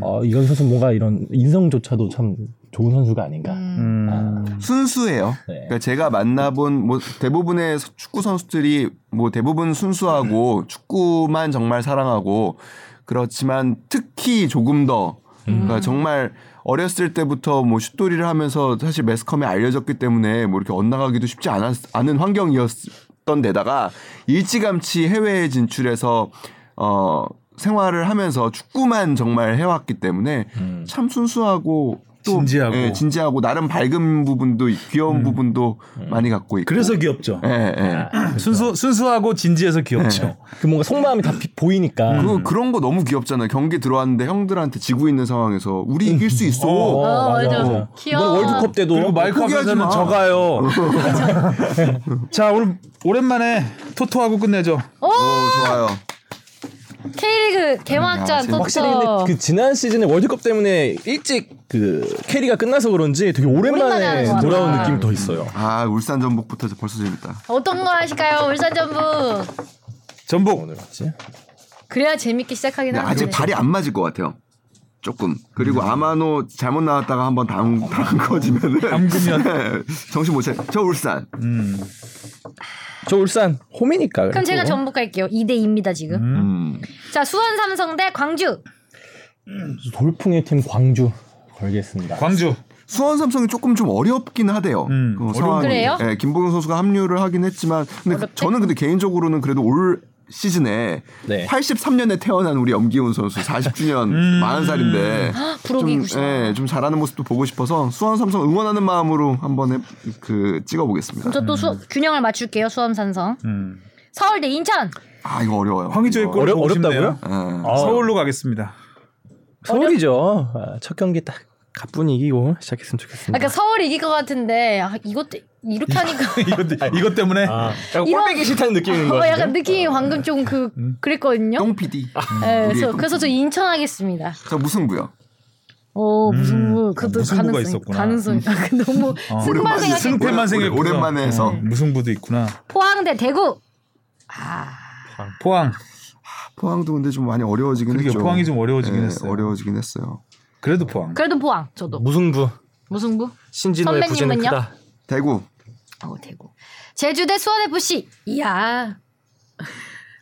Speaker 3: 어, 이강인 선수 뭔가 이런 인성조차도 참 좋은 선수가 아닌가.
Speaker 1: 음.
Speaker 4: 순수해요. 그러니까 제가 만나본 뭐 대부분의 서- 축구 선수들이 뭐 대부분 순수하고 축구만 정말 사랑하고 그렇지만 특히 조금 더 그러니까 정말 어렸을 때부터 뭐 슛돌이를 하면서 사실 매스컴에 알려졌기 때문에 뭐 이렇게 엇나가기도 쉽지 않았, 않은 환경이었던 데다가 일찌감치 해외에 진출해서 어 생활을 하면서 축구만 정말 해왔기 때문에 참 순수하고 또
Speaker 2: 진지하고.
Speaker 4: 예, 진지하고 나름 밝은 부분도 귀여운 부분도 많이 갖고 있고
Speaker 2: 음. 그래서 아. 귀엽죠.
Speaker 4: 예, 예.
Speaker 2: 순수 순수하고 진지해서 귀엽죠.
Speaker 3: 그 뭔가 속마음이 다 비- 보이니까.
Speaker 2: 음.
Speaker 4: 그 그런 거 너무 귀엽잖아요. 경기 들어왔는데 형들한테 지고 있는 상황에서 우리 이길 수 있어.
Speaker 1: 어, 맞아.
Speaker 3: 이번
Speaker 1: 귀여워.
Speaker 3: 월드컵 때도
Speaker 2: 그리고 어, 마이크
Speaker 4: 포기하지
Speaker 2: 앞에서는
Speaker 4: 마.
Speaker 2: 저가요. 자 오늘 오랜만에 토토하고 끝내죠.
Speaker 1: 오,
Speaker 4: 오, 좋아요.
Speaker 1: K리그 개막전 토토.
Speaker 3: 확실히 근데
Speaker 1: 어.
Speaker 3: 그 지난 시즌에 월드컵 때문에 일찍 그 캐리가 끝나서 그런지 되게
Speaker 1: 오랜만에 하는
Speaker 3: 오랜만에
Speaker 1: 거야.
Speaker 3: 돌아온 느낌이 더 있어요.
Speaker 4: 아 울산 전북부터 벌써 재밌다.
Speaker 1: 어떤 거 하실까요? 울산 전북.
Speaker 2: 전복.
Speaker 3: 오늘
Speaker 1: 음.
Speaker 3: 같이.
Speaker 1: 그래야 재밌게 시작하긴
Speaker 4: 근데
Speaker 1: 하는데.
Speaker 4: 네, 아직 발이 안 맞을 것 같아요. 조금
Speaker 2: 음.
Speaker 4: 그리고 아마노 잘못 나왔다가 한번 당 담궈지면은
Speaker 2: 담그면 음.
Speaker 4: 정신 못 차려. 저 울산.
Speaker 3: 저 울산 홈이니까.
Speaker 1: 그럼 제가
Speaker 3: 그래도.
Speaker 1: 전북 갈게요. 2대 2입니다, 지금.
Speaker 4: 음.
Speaker 1: 자, 수원 삼성 대 광주.
Speaker 3: 돌풍의 팀 광주 걸겠습니다.
Speaker 2: 광주.
Speaker 4: 수원 삼성이 조금 좀 어렵긴 하대요.
Speaker 2: 음,
Speaker 4: 그
Speaker 2: 어려운
Speaker 4: 상황이.
Speaker 1: 그래요?
Speaker 4: 예, 김보경 선수가 합류를 하긴 했지만 근데 그- 저는 근데 개인적으로는 그래도 올 시즌에
Speaker 3: 네.
Speaker 4: 83년에 태어난 우리 엄기훈 선수 40주년
Speaker 2: 음.
Speaker 4: 40살인데 좀,
Speaker 1: 아, 부록이구시다.
Speaker 4: 예, 좀 잘하는 모습도 보고 싶어서 수원 삼성 응원하는 마음으로 한번 해, 그 찍어보겠습니다.
Speaker 1: 저 또 균형을 맞출게요. 수원 삼성.
Speaker 2: 음.
Speaker 1: 서울 대 인천.
Speaker 4: 아 이거 어려워요.
Speaker 2: 황희조의
Speaker 4: 이거.
Speaker 2: 골
Speaker 3: 어려-
Speaker 2: 보고 싶네요.
Speaker 3: 어렵다고요?
Speaker 4: 예.
Speaker 3: 아,
Speaker 2: 서울로 가겠습니다.
Speaker 3: 서울이죠. 아, 첫 경기 딱 가뿐 이기고 시작했으면 좋겠습니다.
Speaker 1: 아까 그러니까 서울 이길 것 같은데 아, 이것도 이렇게 하니까
Speaker 2: 이것, 이것 때문에
Speaker 6: 아,
Speaker 4: 아.
Speaker 6: 약간
Speaker 1: 아, 이런-
Speaker 6: 꼴배기 싫다는 느낌인
Speaker 1: 어,
Speaker 6: 거같
Speaker 1: 약간 느낌이 방금 좀 그 그랬거든요.
Speaker 4: 똥 PD.
Speaker 1: 예,
Speaker 4: 우리의
Speaker 1: 그래서
Speaker 4: 똥
Speaker 1: 그래서 저 인천 하겠습니다.
Speaker 4: 저 무승부요.
Speaker 1: 오 무슨 뭐
Speaker 2: 음,
Speaker 1: 그것도
Speaker 2: 무승부가
Speaker 1: 가능성
Speaker 2: 있었구나.
Speaker 1: 가능성 너무 승만
Speaker 4: 오랜만에
Speaker 1: 생각해
Speaker 2: 승패만
Speaker 4: 오랜-
Speaker 2: 생각해서.
Speaker 4: 오랜만에 해서. 네.
Speaker 2: 어, 무승부도 있구나.
Speaker 1: 포항 대 대구.
Speaker 4: 아.
Speaker 2: 포항.
Speaker 4: 포항도 근데 좀 많이 어려워지긴
Speaker 2: 그러게요.
Speaker 4: 했죠.
Speaker 2: 포항이 좀 어려워지긴
Speaker 4: 예,
Speaker 2: 했어요.
Speaker 4: 어려워지긴 했어요.
Speaker 2: 그래도 포항.
Speaker 1: 그래도 포항
Speaker 3: 뭐?
Speaker 1: 저도
Speaker 6: 무승부
Speaker 1: 무승부.
Speaker 6: 신진호의 부재는
Speaker 1: 네. 선배님은요?
Speaker 6: 크다.
Speaker 4: 대구
Speaker 1: 어 대구. 제주 대 수원 FC. 이야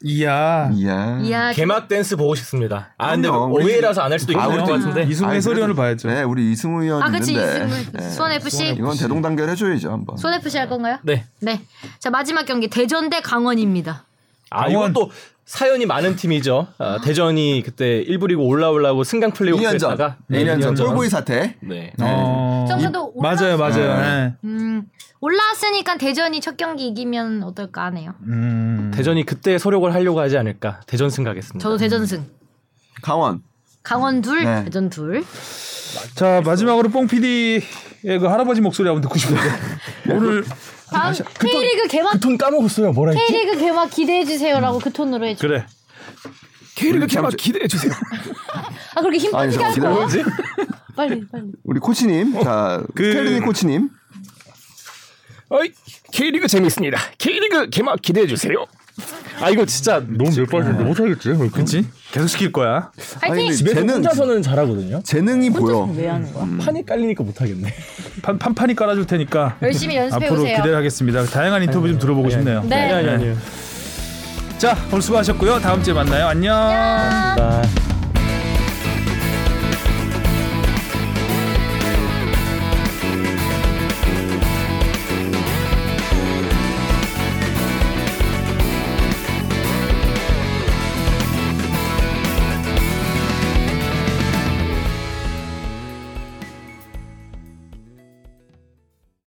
Speaker 2: 이야.
Speaker 1: 예.
Speaker 4: 이야.
Speaker 1: 이야
Speaker 3: 음,
Speaker 6: 개막 댄스 보고 싶습니다. 아 근데
Speaker 4: 그럼요. 우리-
Speaker 6: 오해라서 안 할 수도 있을
Speaker 4: 아,
Speaker 6: 것
Speaker 4: 우리-
Speaker 6: 같은데.
Speaker 2: 네. 이승우
Speaker 4: 아이,
Speaker 2: 해설위원을
Speaker 4: 그래도-
Speaker 2: 봐야죠.
Speaker 4: 네, 우리 이승우 의원
Speaker 1: 아 그치
Speaker 4: 있는데.
Speaker 1: 이승우
Speaker 4: 예.
Speaker 1: 수원 FC.
Speaker 4: 이건 대동단결 해줘야죠 한번.
Speaker 1: 수원 FC 할 건가요?
Speaker 6: 네.
Speaker 1: 네. 자 마지막 경기 대전 대 강원입니다.
Speaker 6: 아
Speaker 2: 강원.
Speaker 6: 이것도 사연이 많은 팀이죠. 아, 대전이 그때 1부 리그 올라오려고 승강 플레이오프
Speaker 4: 2년 전,
Speaker 6: 했다가 네,
Speaker 4: 2년
Speaker 6: 전.
Speaker 4: 전 쫄보이 사태.
Speaker 6: 네.
Speaker 2: 어.
Speaker 1: 정도
Speaker 2: 이- 맞아요, 맞아요.
Speaker 4: 네.
Speaker 2: 예.
Speaker 1: 음 올라왔으니까 대전이 첫 경기 이기면 어떨까 하네요.
Speaker 2: 음.
Speaker 6: 대전이 그때 소력을 하려고 하지 않을까. 대전 승가겠습니다.
Speaker 1: 저도 대전승.
Speaker 4: 강원.
Speaker 1: 강원 둘,
Speaker 4: 네.
Speaker 1: 대전 둘.
Speaker 2: 자 마지막으로 뽕 PD의 그 할아버지 목소리 한번 듣고 싶어요. 오늘
Speaker 1: 다음 K리그 개막
Speaker 3: 그 톤 까먹었어요. 뭐라 했지?
Speaker 1: K리그 개막 기대해 주세요라고 그 톤으로 해줘.
Speaker 2: 그래.
Speaker 6: K리그 개막 기대해 주세요.
Speaker 1: 아 그렇게 힘
Speaker 4: 아니
Speaker 1: 빠지게 할 거야?
Speaker 4: 잠깐만.
Speaker 1: 빨리 빨리.
Speaker 4: 우리 코치님, 자
Speaker 2: 그-
Speaker 4: 스텔리니 코치님.
Speaker 6: 어이, K리그 재밌습니다. K리그 개막 기대해 주세요.
Speaker 3: 아 이거 진짜 너무 몇 번인데 못하겠지.
Speaker 2: 그렇지? 계속 시킬 거야.
Speaker 1: 파이팅!
Speaker 4: 근데
Speaker 3: 집에서
Speaker 4: 재능
Speaker 3: 혼자서는 잘하거든요.
Speaker 4: 재능이 보여.
Speaker 3: 판이 깔리니까 못하겠네.
Speaker 2: 판, 판판이 깔아줄 테니까
Speaker 1: 열심히 연습해
Speaker 2: 앞으로
Speaker 1: 보세요.
Speaker 2: 기대하겠습니다. 다양한 인터뷰 좀 들어보고 싶네요.
Speaker 1: 네.
Speaker 3: 아니 아니요.
Speaker 2: 자 오늘 수고하셨고요. 다음 주에 만나요. 안녕.
Speaker 3: 아.